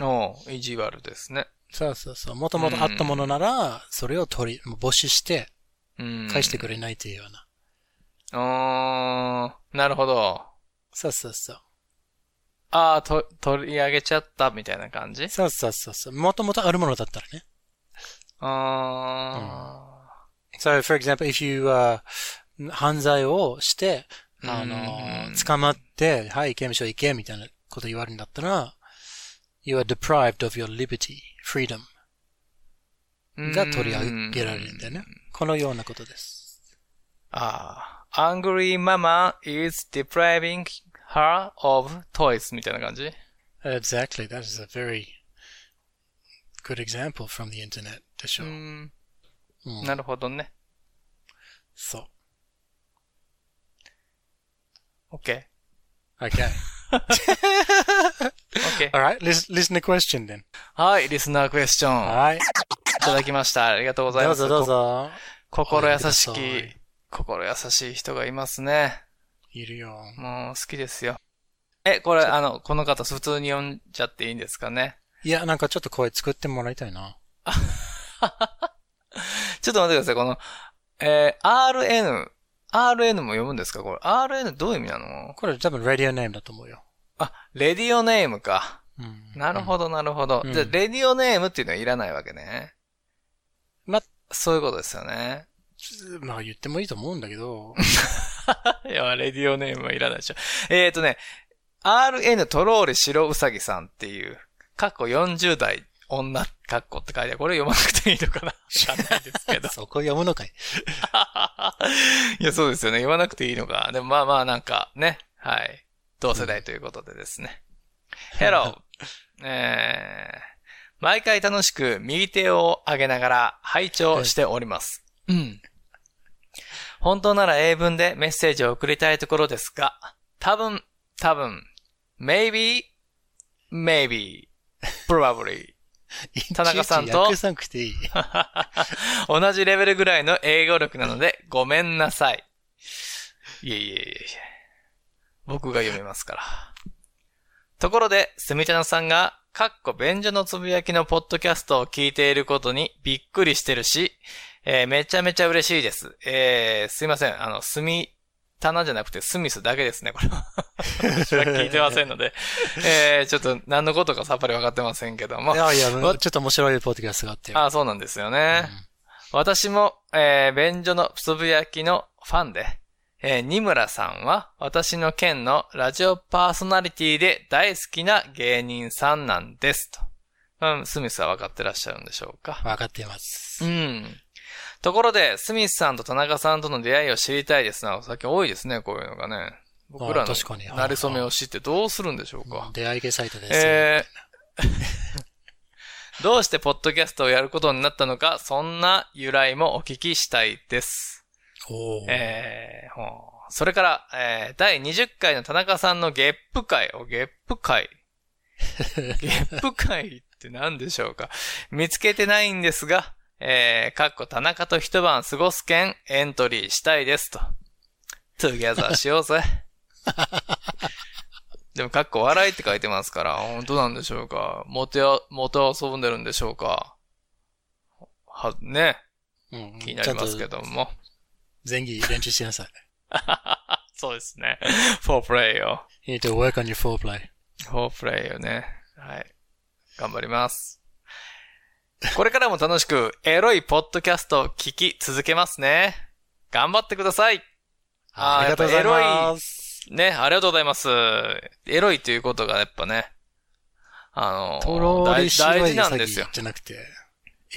Speaker 1: おう意地悪ですね。
Speaker 2: そうそうそう。もともとあったものなら、それを取り、もう募集して、
Speaker 1: うん。
Speaker 2: 返してくれないというような。
Speaker 1: うーん、なるほど。
Speaker 2: そうそうそう。
Speaker 1: ああ、と、取り上げちゃったみたいな感じ
Speaker 2: そうそうそうそう。もともとあるものだったらね。
Speaker 1: あ
Speaker 2: So, for example, if you, uh, 犯罪をして、あ
Speaker 1: うん
Speaker 2: の、捕まって、はい、刑務所行け、みたいなこと言われるんだったら、you are deprived of your liberty, freedom
Speaker 1: あ、
Speaker 2: が取り上げられるんだ
Speaker 1: よ。
Speaker 2: よね。このようなことです。
Speaker 1: ああ、angry mama is depriving her of toys みたいな感じ
Speaker 2: Exactly. That is a very good example from the internet でし
Speaker 1: う
Speaker 2: ょう。
Speaker 1: ん、
Speaker 2: うん
Speaker 1: なるほどね。
Speaker 2: そう。
Speaker 1: OK。
Speaker 2: Okay.
Speaker 1: OK。
Speaker 2: Alright, listen, listen to question then.
Speaker 1: はい、リスナークエスチョン。
Speaker 2: はい。
Speaker 1: いただきました。ありがとうござい
Speaker 2: ど
Speaker 1: ま
Speaker 2: う
Speaker 1: す。
Speaker 2: ぞどうぞ。
Speaker 1: こ。心優し
Speaker 2: おやりくだ
Speaker 1: き、心優しい人がいますね。
Speaker 2: いるよ。
Speaker 1: もう好きですよ。え、これ、あの、この方、普通に読んじゃっていいんですかね。
Speaker 2: いや、なんかちょっと声作ってもらいたいな。
Speaker 1: ちょっと待ってください、この、えー RN、RN も読むんですかこれ、RN どういう意味なの
Speaker 2: これ多分、ラディオネームだと思うよ。
Speaker 1: あ、レディオネームか。
Speaker 2: うん。
Speaker 1: なるほど、なるほど。
Speaker 2: うん
Speaker 1: じゃあ、レディオネームっていうのはいらないわけね。
Speaker 2: ま、
Speaker 1: そういうことですよね。
Speaker 2: まあ言ってもいいと思うんだけど。
Speaker 1: いや、レディオネームはいらないでしょ。えっ、ー、とね、RN トローレ白うさぎさんっていう、かっこ40代女、かっこって書いてある。これ読まなくていいのかな知らないですけど。
Speaker 2: *laughs* そこ読むのか *laughs* い。
Speaker 1: *laughs* いや、そうですよね。言わなくていいのか。でもまあまあ、なんかね。はい。同世代ということでですね。Hello! えー、毎回楽しく右手を上げながら拝聴しております。うん。本当なら英文でメッセージを送りたいところですが、多分、多分、maybe, maybe, probably,
Speaker 7: 田中さんと
Speaker 2: 訳さなくていい。
Speaker 1: *laughs* 同じレベルぐらいの英語力なので、ごめんなさい。いえいえいえいえ。僕が読みますから。ところで、スミタナさんが、かっこ便所のつぶやきのポッドキャストを聞いていることにびっくりしてるし、えーめちゃめちゃ嬉しいです。えーすいません。あの、スミタナじゃなくてスミスだけですね、これは。 *laughs* 私は聞いてませんので、えーちょっと何のことかさっぱりわかってませんけども
Speaker 2: い。やいや、
Speaker 1: わ
Speaker 2: ちょっと面白いポッドキャストがあって。
Speaker 1: ああ、そうなんですよね。私も、えー、便所のつぶやきのファンで、えー、二村さんは私の県のラジオパーソナリティで大好きな芸人さんなんですと。うん、スミスは分かってらっしゃるんでしょうか。
Speaker 2: わかってます。
Speaker 1: うん。ところで、スミスさんと田中さんとの出会いを知りたいですな。最近多いですね、こういうのがね。僕ら
Speaker 2: あ
Speaker 1: の
Speaker 2: 確かに
Speaker 1: 馴れ初めを知ってどうするんでしょうか。
Speaker 2: 出会い系サイトです。
Speaker 1: えー *laughs* どうしてポッドキャストをやることになったのか、そんな由来もお聞きしたいです。
Speaker 2: おー
Speaker 1: えーほうそれから、えー第20回の田中さんのゲップ会、お、ゲップ会。ゲップ会って何でしょうか。見つけてないんですが、えー、かっこ田中と一晩過ごす件エントリーしたいですと。トゥギャザーしようぜ。でも、かっこ笑いって書いてますから、本当なんでしょうか。モテあ、モテ遊んでるんでしょうか。は、ね、
Speaker 2: うん
Speaker 1: 気になりますけ。
Speaker 2: ちゃんと
Speaker 1: ども。
Speaker 2: 前儀練習しなさい。
Speaker 1: そうですね。 *laughs* フォープレイよ。
Speaker 2: You need to work on your foreplay.
Speaker 1: フォープレイよね。はい。頑張ります。これからも楽しく、エロいポッドキャストを聞き続けますね。頑張ってください。あー
Speaker 2: *laughs* ありがとうございます。
Speaker 1: ね、ありがとうございます。エロいということがやっぱね、あの、
Speaker 2: とろー
Speaker 1: 大
Speaker 2: り白
Speaker 1: 大事
Speaker 2: いウ
Speaker 1: なん
Speaker 2: サ
Speaker 1: で
Speaker 2: ギ
Speaker 1: す
Speaker 2: じ
Speaker 1: よ。
Speaker 2: ゃなくて、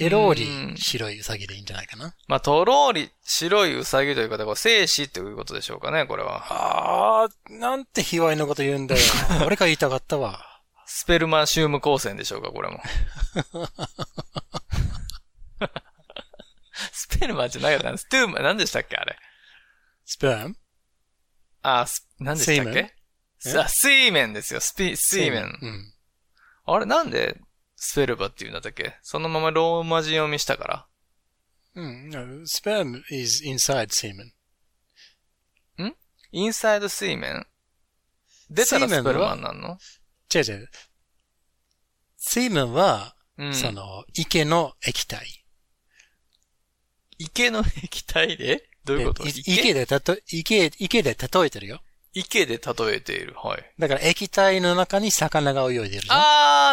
Speaker 2: エロ
Speaker 1: う
Speaker 2: ー
Speaker 1: ん
Speaker 2: リ白いウサギでいいんじゃないかな。
Speaker 1: まあ、とろーり白いウサギという方、これ、生死ということでしょうかね、これは。
Speaker 2: あー、なんて卑猥なこと言うんだよ。 *laughs* 俺が言いたかったわ。
Speaker 1: スペルマンシウム光線でしょうか、これ *laughs* も。スペルマンじゃなかったなストゥーマン、何でしたっけあれ。
Speaker 2: スペーム
Speaker 1: あ、す何でしたっけ
Speaker 2: 水面
Speaker 1: あ、水面ですよ。スピ、水面。
Speaker 2: うん。
Speaker 1: あれ、なんで、スペルバっていうんだったっけそのままローマ字読みしたから。
Speaker 2: うん、no, sperm is inside semen.
Speaker 1: インサイド水面出たらスペルマンなんの
Speaker 2: 違う違う。semen は、
Speaker 1: うん。
Speaker 2: その、池の液体。
Speaker 1: 池の液体でどういうこと
Speaker 2: でい池でたと、池、池で例えてるよ。
Speaker 1: 池で例えている。はい。
Speaker 2: だから液体の中に魚が泳いでるじゃ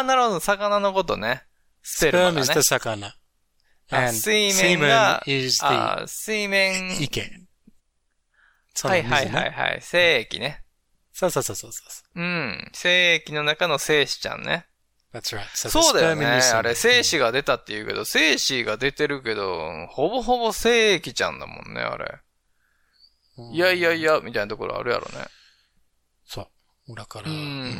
Speaker 1: あ
Speaker 2: ん。
Speaker 1: ー、なるほど。魚のことね。スペルマン
Speaker 2: sperm
Speaker 1: が
Speaker 2: is
Speaker 1: ね
Speaker 2: the。魚。
Speaker 1: あ
Speaker 2: and
Speaker 1: 水面が
Speaker 2: semen、is
Speaker 1: あ
Speaker 2: the
Speaker 1: ー水面、
Speaker 2: 池。その
Speaker 1: はい
Speaker 2: 水
Speaker 1: はい
Speaker 2: ね
Speaker 1: はい。はい、精液ね。
Speaker 2: そうそうそうそうそう。
Speaker 1: うん。精液の中の精子ちゃんね。
Speaker 2: That's right. So the
Speaker 1: そうだよ
Speaker 2: sperm
Speaker 1: ね。
Speaker 2: and the semen.
Speaker 1: あれ、精子が出たって言うけど、精子が出てるけど、ほぼほぼ精液ちゃんだもんね、あれ。
Speaker 2: うん
Speaker 1: いやいやい。や、みたいなところあるやろね。
Speaker 2: そう。だから
Speaker 1: う、ん。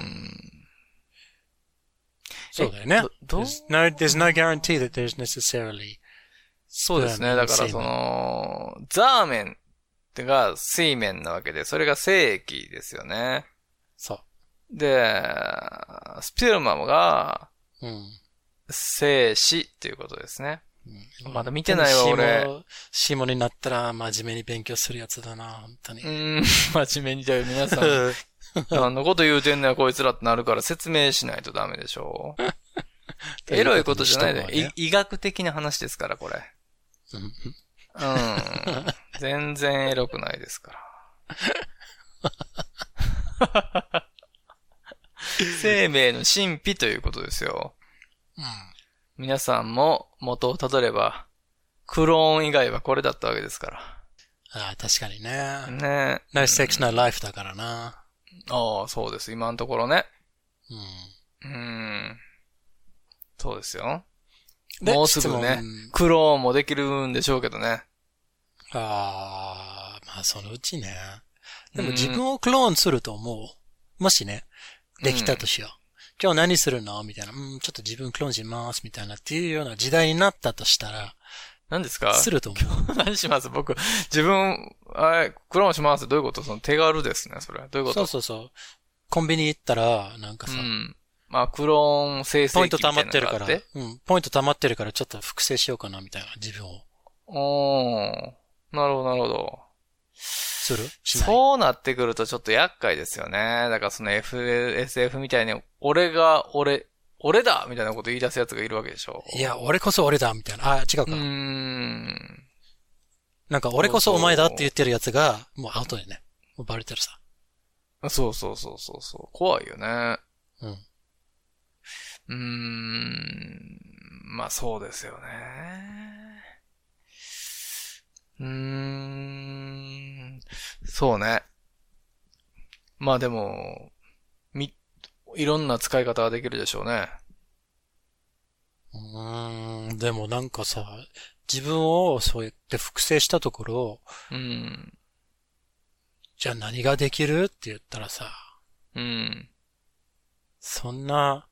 Speaker 2: そうだよね。
Speaker 1: どどう
Speaker 2: There's no, there's no guarantee that there's necessarily
Speaker 1: そうですね。
Speaker 2: うん
Speaker 1: だから
Speaker 2: 水面
Speaker 1: その、ザーメンってが水面なわけで、それが精液ですよね。
Speaker 2: そ
Speaker 1: で、スピルマムが
Speaker 2: う。うん。
Speaker 1: 精子っていうことですね。
Speaker 2: うん
Speaker 1: まだ見てないわ俺。
Speaker 2: 本当に下下になったら真面目に勉強するやつだな、本当に
Speaker 1: う。ーん、真面目にじゃあ皆さ *laughs* ん、何のこと言うてんのやこいつらってなるから説明し *laughs* ないとダメでしょう。エロいことじゃない
Speaker 2: と
Speaker 1: で、
Speaker 2: いうことにしとくわね
Speaker 1: い医学的な話ですから、これ。 *laughs*
Speaker 2: うん
Speaker 1: うん。全然エロくないですから。 *laughs* 生命の神秘ということですよ。皆さんも元をたどれば、クローン以外はこれだったわけですか
Speaker 2: ああ、確かに
Speaker 1: ら。
Speaker 2: ね。
Speaker 1: ね
Speaker 2: No sex, no life だからな。
Speaker 1: ああ、そうです。今のところね。
Speaker 2: うん
Speaker 1: うーん。そうですよ。
Speaker 2: で
Speaker 1: もうすぐね
Speaker 2: 質問、
Speaker 1: クローンもできるんでしょうけどね。
Speaker 2: ああ、まあそのうちね。でも
Speaker 1: うん
Speaker 2: 自分をクローンすると思う。もしね、できたとしよう。今日何するのみたいな。うん、ちょっと自分クローンします、みたいなっていうような時代になったとしたら、
Speaker 1: 何ですか
Speaker 2: すると思う。
Speaker 1: 何します僕、自分、あクローンしますどういうことその手軽ですね、それ。どういうこ
Speaker 2: そう
Speaker 1: と
Speaker 2: そうそう。コンビニ行ったら、なんかさ、
Speaker 1: ん。まあ、クローン生成器
Speaker 2: ポイ
Speaker 1: み
Speaker 2: ント
Speaker 1: た
Speaker 2: 溜
Speaker 1: い
Speaker 2: ま
Speaker 1: な
Speaker 2: っ
Speaker 1: の
Speaker 2: てるか
Speaker 1: があ
Speaker 2: ら
Speaker 1: って。。
Speaker 2: うん。ポイント溜まってるから、ちょっと複製しようかな、みたいな。自分を。
Speaker 1: おー。なるほど、なるほど。
Speaker 2: するしない
Speaker 1: そうなってくるとちょっと厄介ですよね。だからその FSF みたいに、俺が俺、俺だみたいなこと言い出すやつがいるわけでしょ。
Speaker 2: いや、俺こそ俺だ、みたいな。あ、違う
Speaker 1: う
Speaker 2: か。
Speaker 1: ーん。
Speaker 2: なんか、俺こそお前だって言ってるやつが、もうアウトでね。もうバレてるさ。
Speaker 1: そうそうそうそうそう。怖いよね。うー
Speaker 2: うん。
Speaker 1: ん。まあそうですよね。うーん。そうね。まあでも、み、いろんな使い方ができるでしょうね。
Speaker 2: うーん、でもなんかさ、自分をそうやって複製したところ、
Speaker 1: うん。
Speaker 2: じゃあ何ができるって言ったらさ、
Speaker 1: うん。
Speaker 2: そんな、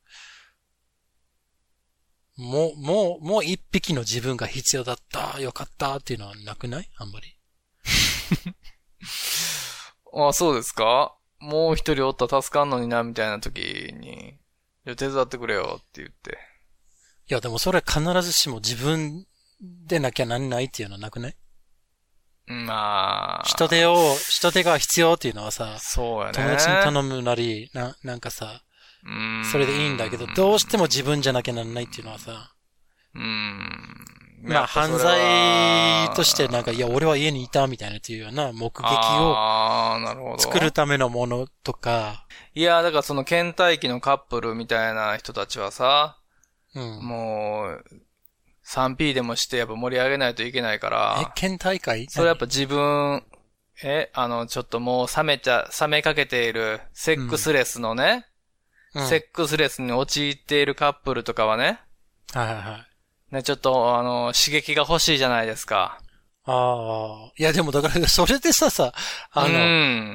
Speaker 2: もう、もう、もう一匹の自分が必要だった、よかったっていうのはなくないあんまり。
Speaker 1: あ、そうですかもう一人おったら助かんのにな、みたいな時に、じゃあ手伝ってくれよって言って。
Speaker 2: いや、でもそれ必ずしも自分でなきゃなんないっていうのはなくない
Speaker 1: まあ。
Speaker 2: 人手を、人手が必要っていうのはさ、
Speaker 1: そうやね。
Speaker 2: 友達に頼むなり、な、なんかさ、
Speaker 1: うん
Speaker 2: それでいいんだけど、どうしても自分じゃなきゃなんないっていうのはさ、
Speaker 1: うん。
Speaker 2: まあ犯罪としてなんか、いや、俺は家にいたみたいなっていうような目撃を
Speaker 1: を
Speaker 2: 作るためのものとか、
Speaker 1: いや、だからその倦怠期のカップルみたいな人たちはさ、
Speaker 2: うん。
Speaker 1: もう、3P でもしてやっぱ盛り上げないといけないか
Speaker 2: え
Speaker 1: ら、、
Speaker 2: 県大会
Speaker 1: それやっぱ自分、え、あの、ちょっともう冷めちゃ、冷めかけている、セックスレスのね、
Speaker 2: うん
Speaker 1: セックスレスに陥っているカップルとかはね、
Speaker 2: はいはいはい。
Speaker 1: ね、ちょっと、あの、刺激が欲しいじゃないですか。
Speaker 2: ああ。いや、でもだから、それでさ、さ、あ
Speaker 1: う
Speaker 2: の、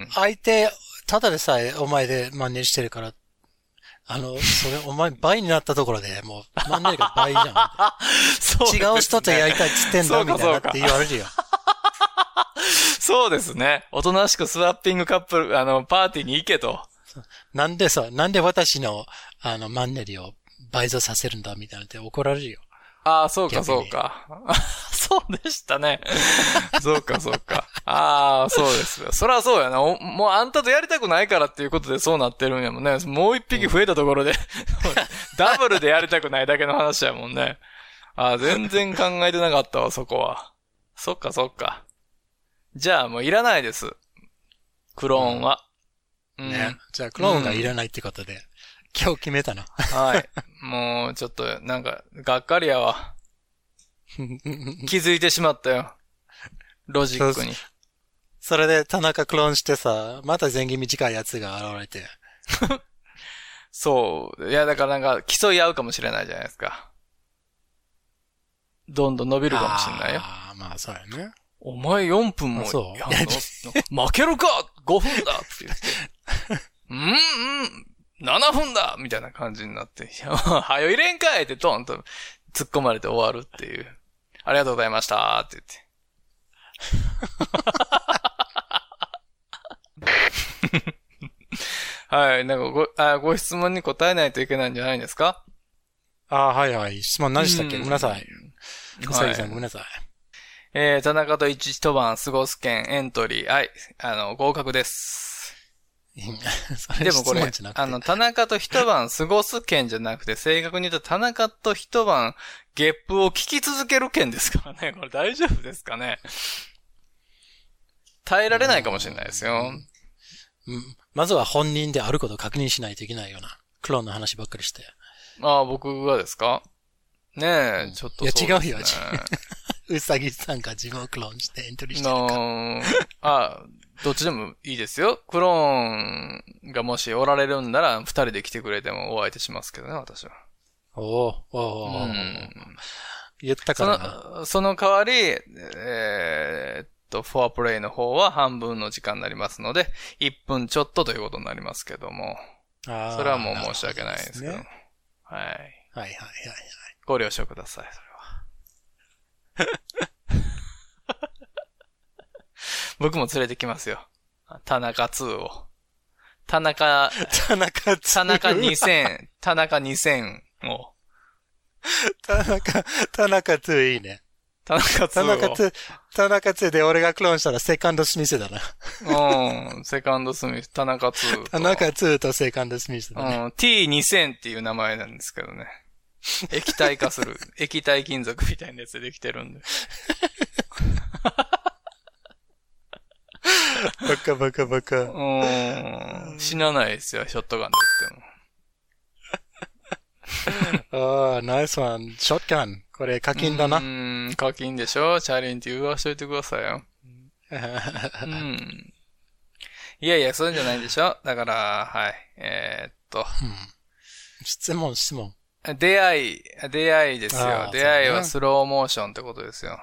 Speaker 1: ん。
Speaker 2: 相手、ただでさえお前でマネしてるから、あの、それ、お前倍になったところで、もう、マネが
Speaker 1: *laughs*
Speaker 2: 倍じゃん。
Speaker 1: *laughs* そうですね
Speaker 2: 違う人とやりたいっつってん
Speaker 1: そ
Speaker 2: だ、
Speaker 1: うか
Speaker 2: みたいな
Speaker 1: そ
Speaker 2: っ
Speaker 1: うか
Speaker 2: て言われるよ。
Speaker 1: そうですね。おとなしくスワッピングカップル、あの、パーティーに行けと。
Speaker 2: なんでさ、なんで私の、あの、マンネリを倍増させるんだ、みたいなって怒られるよ。
Speaker 1: ああ、そうか、
Speaker 2: 逆
Speaker 1: そ
Speaker 2: に
Speaker 1: うか。 *laughs* そうでした *laughs* ね。そうか、そうか。ああ、そうですよ。そらそうやな。おもうあんたとやりたくないからっていうことでそうなってるんやもんね。もう一匹増えたところで、ダブルでやりたくないだけの話やもんね。ああ、全然考えてなかったわ、そこは。そっか、そっか。じゃあ、もういらないです。クローンは。うん
Speaker 2: ね。じゃあ、クローンがいらないってことで、今日決めたな。 *laughs*
Speaker 1: はい。 *laughs* もう、ちょっと、なんか、がっかりやわ。気づいてしまったよ。ロジックに。
Speaker 2: それで、田中クローンしてさ、また前期短いやつが現れて、
Speaker 1: そう。いや、だからなんか、競い合うかもしれないじゃないですか。どんどん伸びるかもしれないよ。
Speaker 2: ああ、まあ、そうやね。
Speaker 1: お前4分も
Speaker 2: あそう
Speaker 1: やんの負けるか !5 分だって言って。うんうん !7 分だみたいな感じになって。いや、はよ入れんかいってドンと突っ込まれて終わるっていう。ありがとうございましたって言って。はい。なんかごあ、ご質問に答えないといけないんじゃないですか
Speaker 2: ああ、はいはい。質問何でしたっけ
Speaker 1: うん
Speaker 2: ごめんなさい。うさぎさん、
Speaker 1: はい
Speaker 2: ごめんなさい。 *laughs*
Speaker 1: えー、田中と一一晩過ごす券エントリー。はい。あの、合格です。
Speaker 2: それ
Speaker 1: でもこ
Speaker 2: 質
Speaker 1: れ
Speaker 2: 問じゃな、くて
Speaker 1: あの、田中と一晩過ごす券じゃなくて、正確に言うと田中と一晩ゲップを聞き続ける券ですからね。 *laughs* これ大丈夫ですかね耐えられないかもしれないですよ。
Speaker 2: うんまずは本人であることを確認しないといけないような、クローンの話ばっかりして。
Speaker 1: ああ、僕がですかねえ、ちょっとそうです、ね。
Speaker 2: いや違うよ違うさぎさんが自分をクローンしてエントリーしてるから。
Speaker 1: のあ、どっちでもいいですよ。クローンがもしおられるんなら、二人で来てくれてもお相手しますけどね、私は。
Speaker 2: おおおお
Speaker 1: う
Speaker 2: おお
Speaker 1: ん。
Speaker 2: 言ったか
Speaker 1: そ
Speaker 2: らな。
Speaker 1: の、その代わり、えーっと、フォアプレイの方は半分の時間になりますので、1分ちょっとということになりますけども、
Speaker 2: あー
Speaker 1: それはもう申し訳ないですけ
Speaker 2: な
Speaker 1: ど、
Speaker 2: るほどね
Speaker 1: はい。
Speaker 2: はいはいはいはい。
Speaker 1: ご了承ください、それは。僕も連れてきますよ。田中2を。田中、
Speaker 2: 田中つ
Speaker 1: 田中2000、田
Speaker 2: *laughs*
Speaker 1: 中2000を、
Speaker 2: 田中、田中ついいね。
Speaker 1: 田中
Speaker 2: 田中
Speaker 1: 2
Speaker 2: つ、田中つで俺がクローンしたらセカンドスミスだな。
Speaker 1: を、うん、セカンドスミス、田中2と。
Speaker 2: 田中つとセカンドスミス
Speaker 1: う
Speaker 2: だね。
Speaker 1: ん、T2000 っていう名前なんですけどね。液体化す
Speaker 2: *laughs*
Speaker 1: る。液体金属みたいなやつでできてるんで。
Speaker 2: バカバカバ
Speaker 1: う
Speaker 2: カ。 *laughs*
Speaker 1: ーん。死なないですよ、ショットガンで撃っても。
Speaker 2: ああ、ナイスワン。ショットガン。これ課金だ
Speaker 1: う
Speaker 2: な。
Speaker 1: ーん、課金でしょチャリンって言わしといてくださいよ。うん。いやいや、そういうんじゃないんでしょだから、はい。えーっと、
Speaker 2: *laughs* 質問、質問。
Speaker 1: 出会い、出会いです
Speaker 2: あ
Speaker 1: よ
Speaker 2: ー。
Speaker 1: 出会い
Speaker 2: そう
Speaker 1: は
Speaker 2: ね
Speaker 1: スローモーションってことです
Speaker 2: *laughs*
Speaker 1: よ。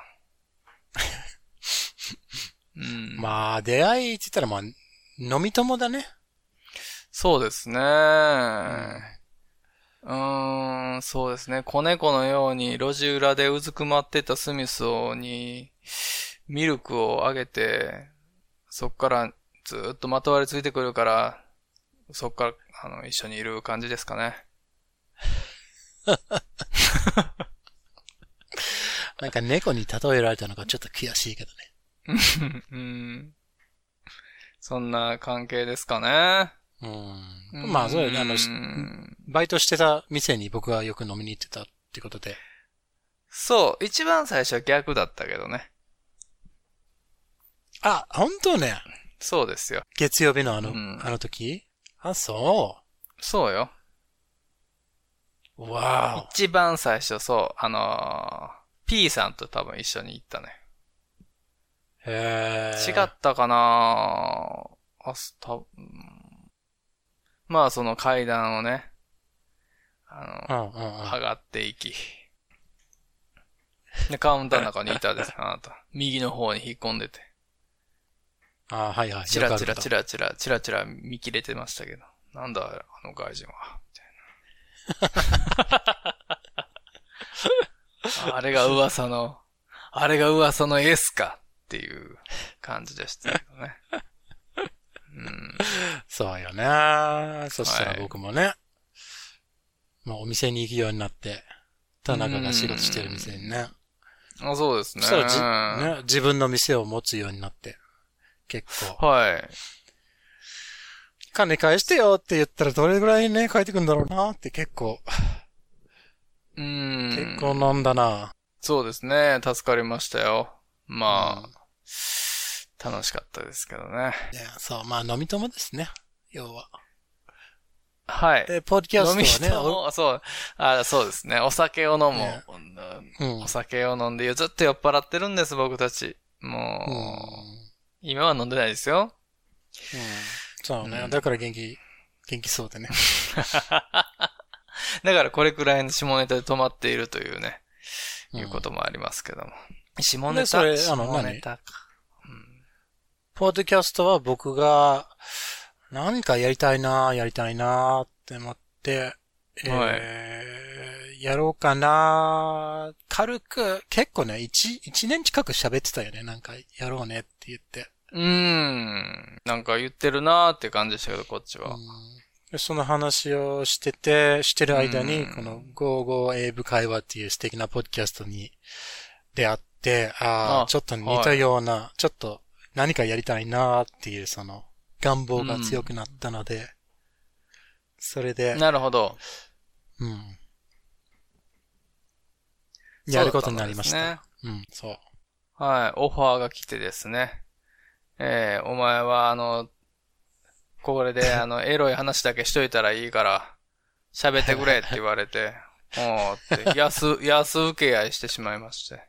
Speaker 1: うん。
Speaker 2: まあ、出会いって言ったらまあ、飲み友だね。
Speaker 1: そうですね。うーん、そうですね。子猫のように路地裏でうずくまってたスミスをに、ミルクをあげて、そっからずっとまとわりついてくるから、そっから、あの、一緒にいる感じですかね。
Speaker 2: なんか猫に例えられたのがちょっと悔しいけどね。
Speaker 1: うん。そんな関係ですかね。
Speaker 2: うん。まあ、そうあの、
Speaker 1: うん
Speaker 2: バイトしてた店に僕はよく飲みに行ってたってことで。
Speaker 1: そう、一番最初は逆だったけどね。
Speaker 2: あ、本当ね。
Speaker 1: そうですよ。
Speaker 2: 月曜日のあの、
Speaker 1: うん
Speaker 2: あの時あ、そ
Speaker 1: そうよ。
Speaker 2: う。わ
Speaker 1: 一番最初、そう、あのー、P さんと多分一緒に行ったね。
Speaker 2: お。へえ。
Speaker 1: 違ったかなあ、すた、うんまあその階段をね、あ
Speaker 2: うんうん
Speaker 1: の、上がっていき、で、カウンターの中にいたです、あなた。右の方に引っ込んでて、
Speaker 2: うん。あはいはい。
Speaker 1: チ
Speaker 2: よ
Speaker 1: ラ
Speaker 2: くあ
Speaker 1: チ
Speaker 2: るこ
Speaker 1: ラ
Speaker 2: と
Speaker 1: チラチラ、チラチラ見切れてましたけど、なんだ、あの外人は、みたいな。あれが噂の、あれが噂の S かっていう感じでしたけどね。うん、
Speaker 2: そうよね。そした
Speaker 1: は
Speaker 2: ら
Speaker 1: い
Speaker 2: 僕もね、まあお店に行くようになって、田中が仕事してる店にね。
Speaker 1: あそうです
Speaker 2: そ
Speaker 1: ね。
Speaker 2: したらじ、ね、自分の店を持つようになって、結構。
Speaker 1: はい。
Speaker 2: 金返してよって言ったらどれぐらいね、返ってくんだろうなって結構、
Speaker 1: うん。
Speaker 2: 結構飲んだな。
Speaker 1: そうですね。助かりましたよ。まあ
Speaker 2: う、
Speaker 1: 楽しかったですけどね。
Speaker 2: ねそう、まあ飲み友ですね。要は。
Speaker 1: はい。
Speaker 2: で、ポッドキャ
Speaker 1: 飲み
Speaker 2: スト
Speaker 1: 人
Speaker 2: はね
Speaker 1: も、そう、あそうですね。お酒を飲む
Speaker 2: ね。
Speaker 1: う
Speaker 2: うんん
Speaker 1: お酒を飲んで、ずっと酔っ払ってるんです、僕たち。もう、
Speaker 2: お、うん。
Speaker 1: 今は飲んでないですよ。
Speaker 2: そうね、
Speaker 1: うん
Speaker 2: だから元気、元気そうでね。
Speaker 1: だからこれくらいの下ネタで止まっているというね、
Speaker 2: うん
Speaker 1: いうこともありますけども。下ネ
Speaker 2: で
Speaker 1: タ
Speaker 2: それあの
Speaker 1: 下ネタか。
Speaker 2: ポッドキャストは僕が何かやりたいな、やりたいなって思って、えーやろうかな。軽く、結構ね、一、一年近く喋ってたよね。なんか、やろうねって言って。
Speaker 1: うーん。なんか言ってるなーって感じでしたけど、こっちは。
Speaker 2: でその話をしてて、してる間に、
Speaker 1: うん
Speaker 2: この GoGo 英語会話っていう素敵なポッドキャストに出会って、あ
Speaker 1: あ
Speaker 2: あ、ちょっと似たような、ちょっと何かやりたいなっていうその願望が強くなったので、それで、
Speaker 1: なるほど。
Speaker 2: うん。やることになりました。
Speaker 1: そうだっ
Speaker 2: うん、そう。
Speaker 1: はい、オファーが来てですね。えー、お前は、あの、これ *laughs* で、あの、エロい話だけしといたらいいから、喋ってくれって言われ *laughs* て、おーって、安、安受け合いしてしまいまして。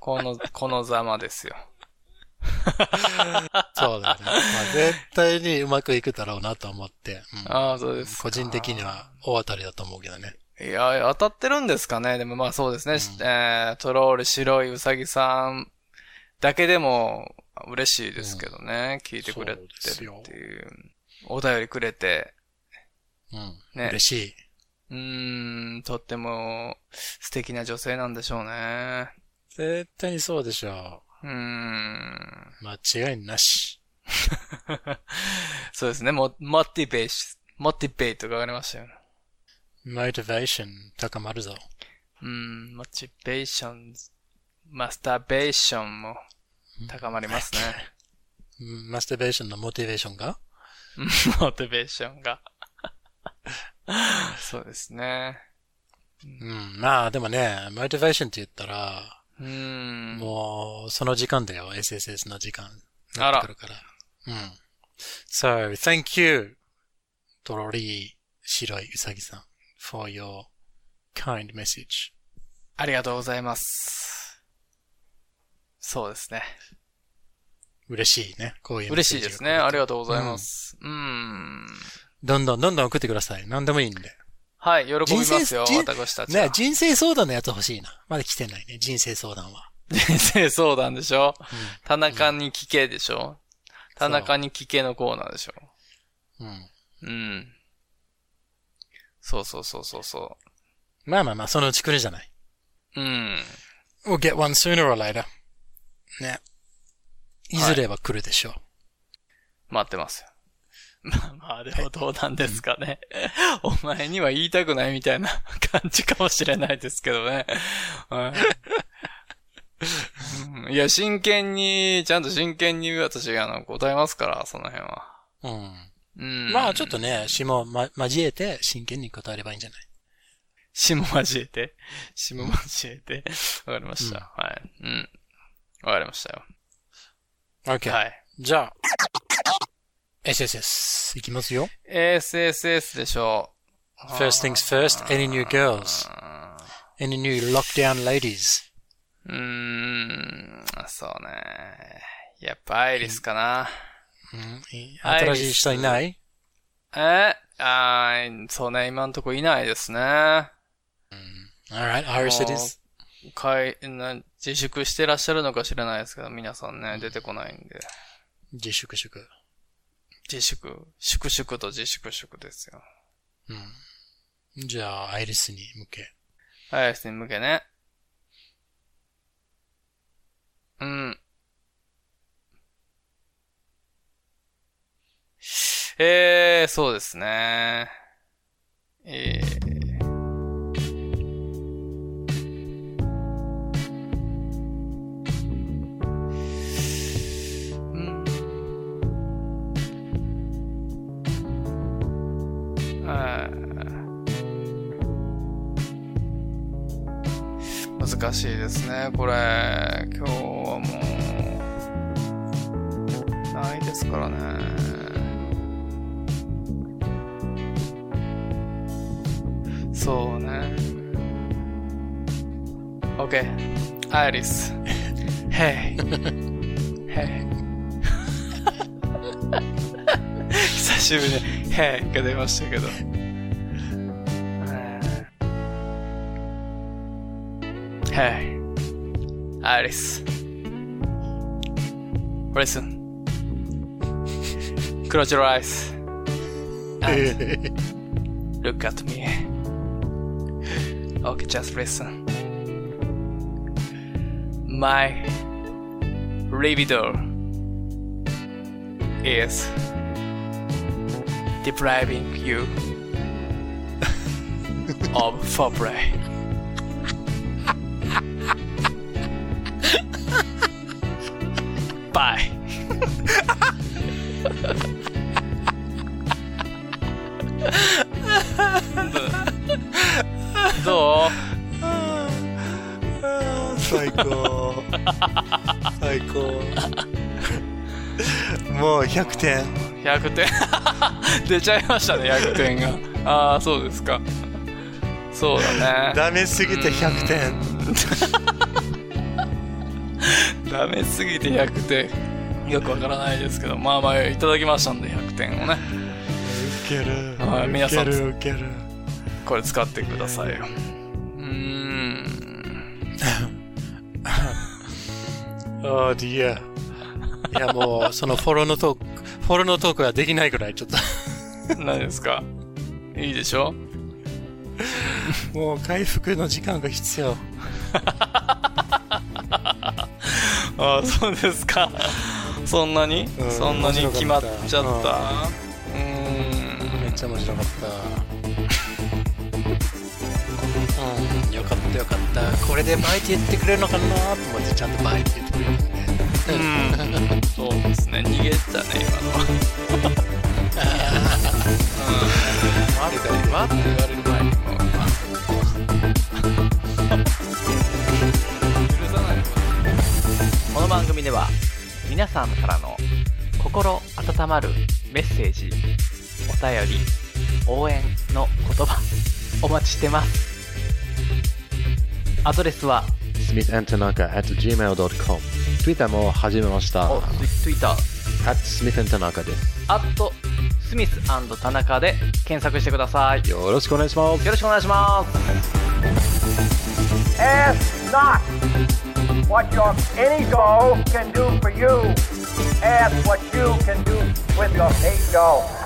Speaker 1: この、このざまですよ。
Speaker 2: そうだよね。まあ、絶対にうまくいくだろうなと思って、うん
Speaker 1: ああ、そうですか。
Speaker 2: 個人的には大当たりだと思うけどね。
Speaker 1: いや、当たってるんですかね。でもまあそうですね。えートロール白いウサギさんだけでも嬉しいですけどね。聞いてくれてる
Speaker 2: そう
Speaker 1: って
Speaker 2: です
Speaker 1: いう。お便りくれて、
Speaker 2: うん。
Speaker 1: ね
Speaker 2: 嬉しい。
Speaker 1: うーん、とっても素敵な女性なんでしょうね。
Speaker 2: 絶対にそうでしょ
Speaker 1: うーん。
Speaker 2: *laughs* う。間違いなし。
Speaker 1: そうですね。も、モティベーション、モティベイトが上がりましたよね。
Speaker 2: Motivation 高まるぞ。
Speaker 1: うん、モチベーション、マスターベーションも高まり
Speaker 2: *laughs*
Speaker 1: ますね。
Speaker 2: マスターベーションのモチベーションが
Speaker 1: モテベーション
Speaker 2: *laughs*
Speaker 1: が。そうですね。
Speaker 2: うん、まあでもね、モチベーションって言ったら、
Speaker 1: うん。
Speaker 2: もうその時間だよ、SSS の時間。
Speaker 1: あら
Speaker 2: なってくるから。うん。So, thank you, トロリー、白いウサギさん、for your kind message.
Speaker 1: ありがとうございます。そうですね。
Speaker 2: 嬉しいね、こういうメッ
Speaker 1: 嬉し
Speaker 2: セー
Speaker 1: い
Speaker 2: ジ
Speaker 1: で
Speaker 2: が来る
Speaker 1: す
Speaker 2: と
Speaker 1: ね。ありがとうございます。うん。
Speaker 2: どんどんどんどん送ってください。何でもいいんで。
Speaker 1: はい、喜びますよ、
Speaker 2: 人生
Speaker 1: 私たちは。
Speaker 2: ね、人生相談のやつ欲しいな。まだ来てないね、人生相談は。
Speaker 1: 人生相談でしょ田中に聞けでしょ田中に聞けのコーナーでしょ
Speaker 2: うん。
Speaker 1: うん。そうそうそうそうそ
Speaker 2: まあまあまあ、そのうち来るじゃない。
Speaker 1: う。うん。
Speaker 2: We'll get one sooner or later. ね。いずれは来るでしょう。
Speaker 1: 待ってますよ。 *laughs* まあまあ、あれはどうなんですかね。お前には言いたくないみたいな感じかもしれないですけどね。はいうんいや、真剣に、ちゃんと真剣に私、あの、答えますから、その辺は。うん
Speaker 2: うん。まあちょっとね、詩も、ま、交えて真剣に答えればいいんじゃない
Speaker 1: *laughs* 詩も交えて、詩も交えて。わかりました。はい。うん。わかりましたよ。
Speaker 2: ?OK。
Speaker 1: はい。
Speaker 2: じゃあ、SSS いきますよ。
Speaker 1: SSS でしょ
Speaker 2: First things first, any new girls? Any new lockdown ladies?
Speaker 1: う。うーん、そうね。やっぱアイリスかな。
Speaker 2: うんいい
Speaker 1: アイリス
Speaker 2: 新しい人いない
Speaker 1: えあーそうね、今んとこいないですね。
Speaker 2: ?Alright, Irish it
Speaker 1: も
Speaker 2: is.
Speaker 1: うかいな自粛してらっしゃるのか知らないですけど、皆さんね、出てこないんで。
Speaker 2: 自粛粛。
Speaker 1: 自粛、粛々と自粛粛ですよ。
Speaker 2: じゃあ、アイリスに向け。
Speaker 1: アイスに向けね。うん。えー、そうですね。えー。うんあー難しいですねこれ今日はもうないですからねそうね OK アイリス Hey Hey *laughs* 久しぶりに Hey が出ましたけどHey, Iris. Listen. *laughs* Close your eyes and look at me. Okay, just listen. My libido is depriving you of foreplay. Bye. Do- ど
Speaker 2: 最高。最高。もう100点。
Speaker 1: う ?100 点 *laughs* 出ちゃいましたね100点がああそうですかそうだね
Speaker 2: ダメすぎて100点。
Speaker 1: ダメすぎて100点よくわからないですけどまあまあいただきましたんで100点をね
Speaker 2: ウケる
Speaker 1: はい皆さん
Speaker 2: ウケるウケる。
Speaker 1: これ使ってくださいようーん
Speaker 2: ああ、ディア。いや、もう、そのフォローのトーク、フォローのトークができないぐらい、ちょっ
Speaker 1: 何ですかいいでしょ
Speaker 2: と。 *laughs* もう、回復の時間が必要。
Speaker 1: ああそうですかそんなに、
Speaker 2: うん
Speaker 1: そんなに決まっちゃった。う
Speaker 2: 面白か
Speaker 1: ーん。
Speaker 2: めっちゃ面白かった。うん、よかったよかった。これでバイって言ってくれるのかなと思って、ちゃんとバイって言ってくれるんで。
Speaker 1: うん。そうですね。逃げたね、今のは。
Speaker 8: 待って待って言われる前にもうあ
Speaker 9: この番組では皆さんからの心温まるメッセージお便り応援の言葉お待ちしてますアドレスは
Speaker 10: smithandtanaka at gmail.com。Twitter も始めました。
Speaker 9: お Twitter
Speaker 10: at smithandtanaka です。
Speaker 9: アットスミス田中で検索してくださいよ
Speaker 10: よろしくお願いします。
Speaker 9: ろしくお願いします
Speaker 5: Ask not what your any doll can do for you. Ask what you can do with your eight doll.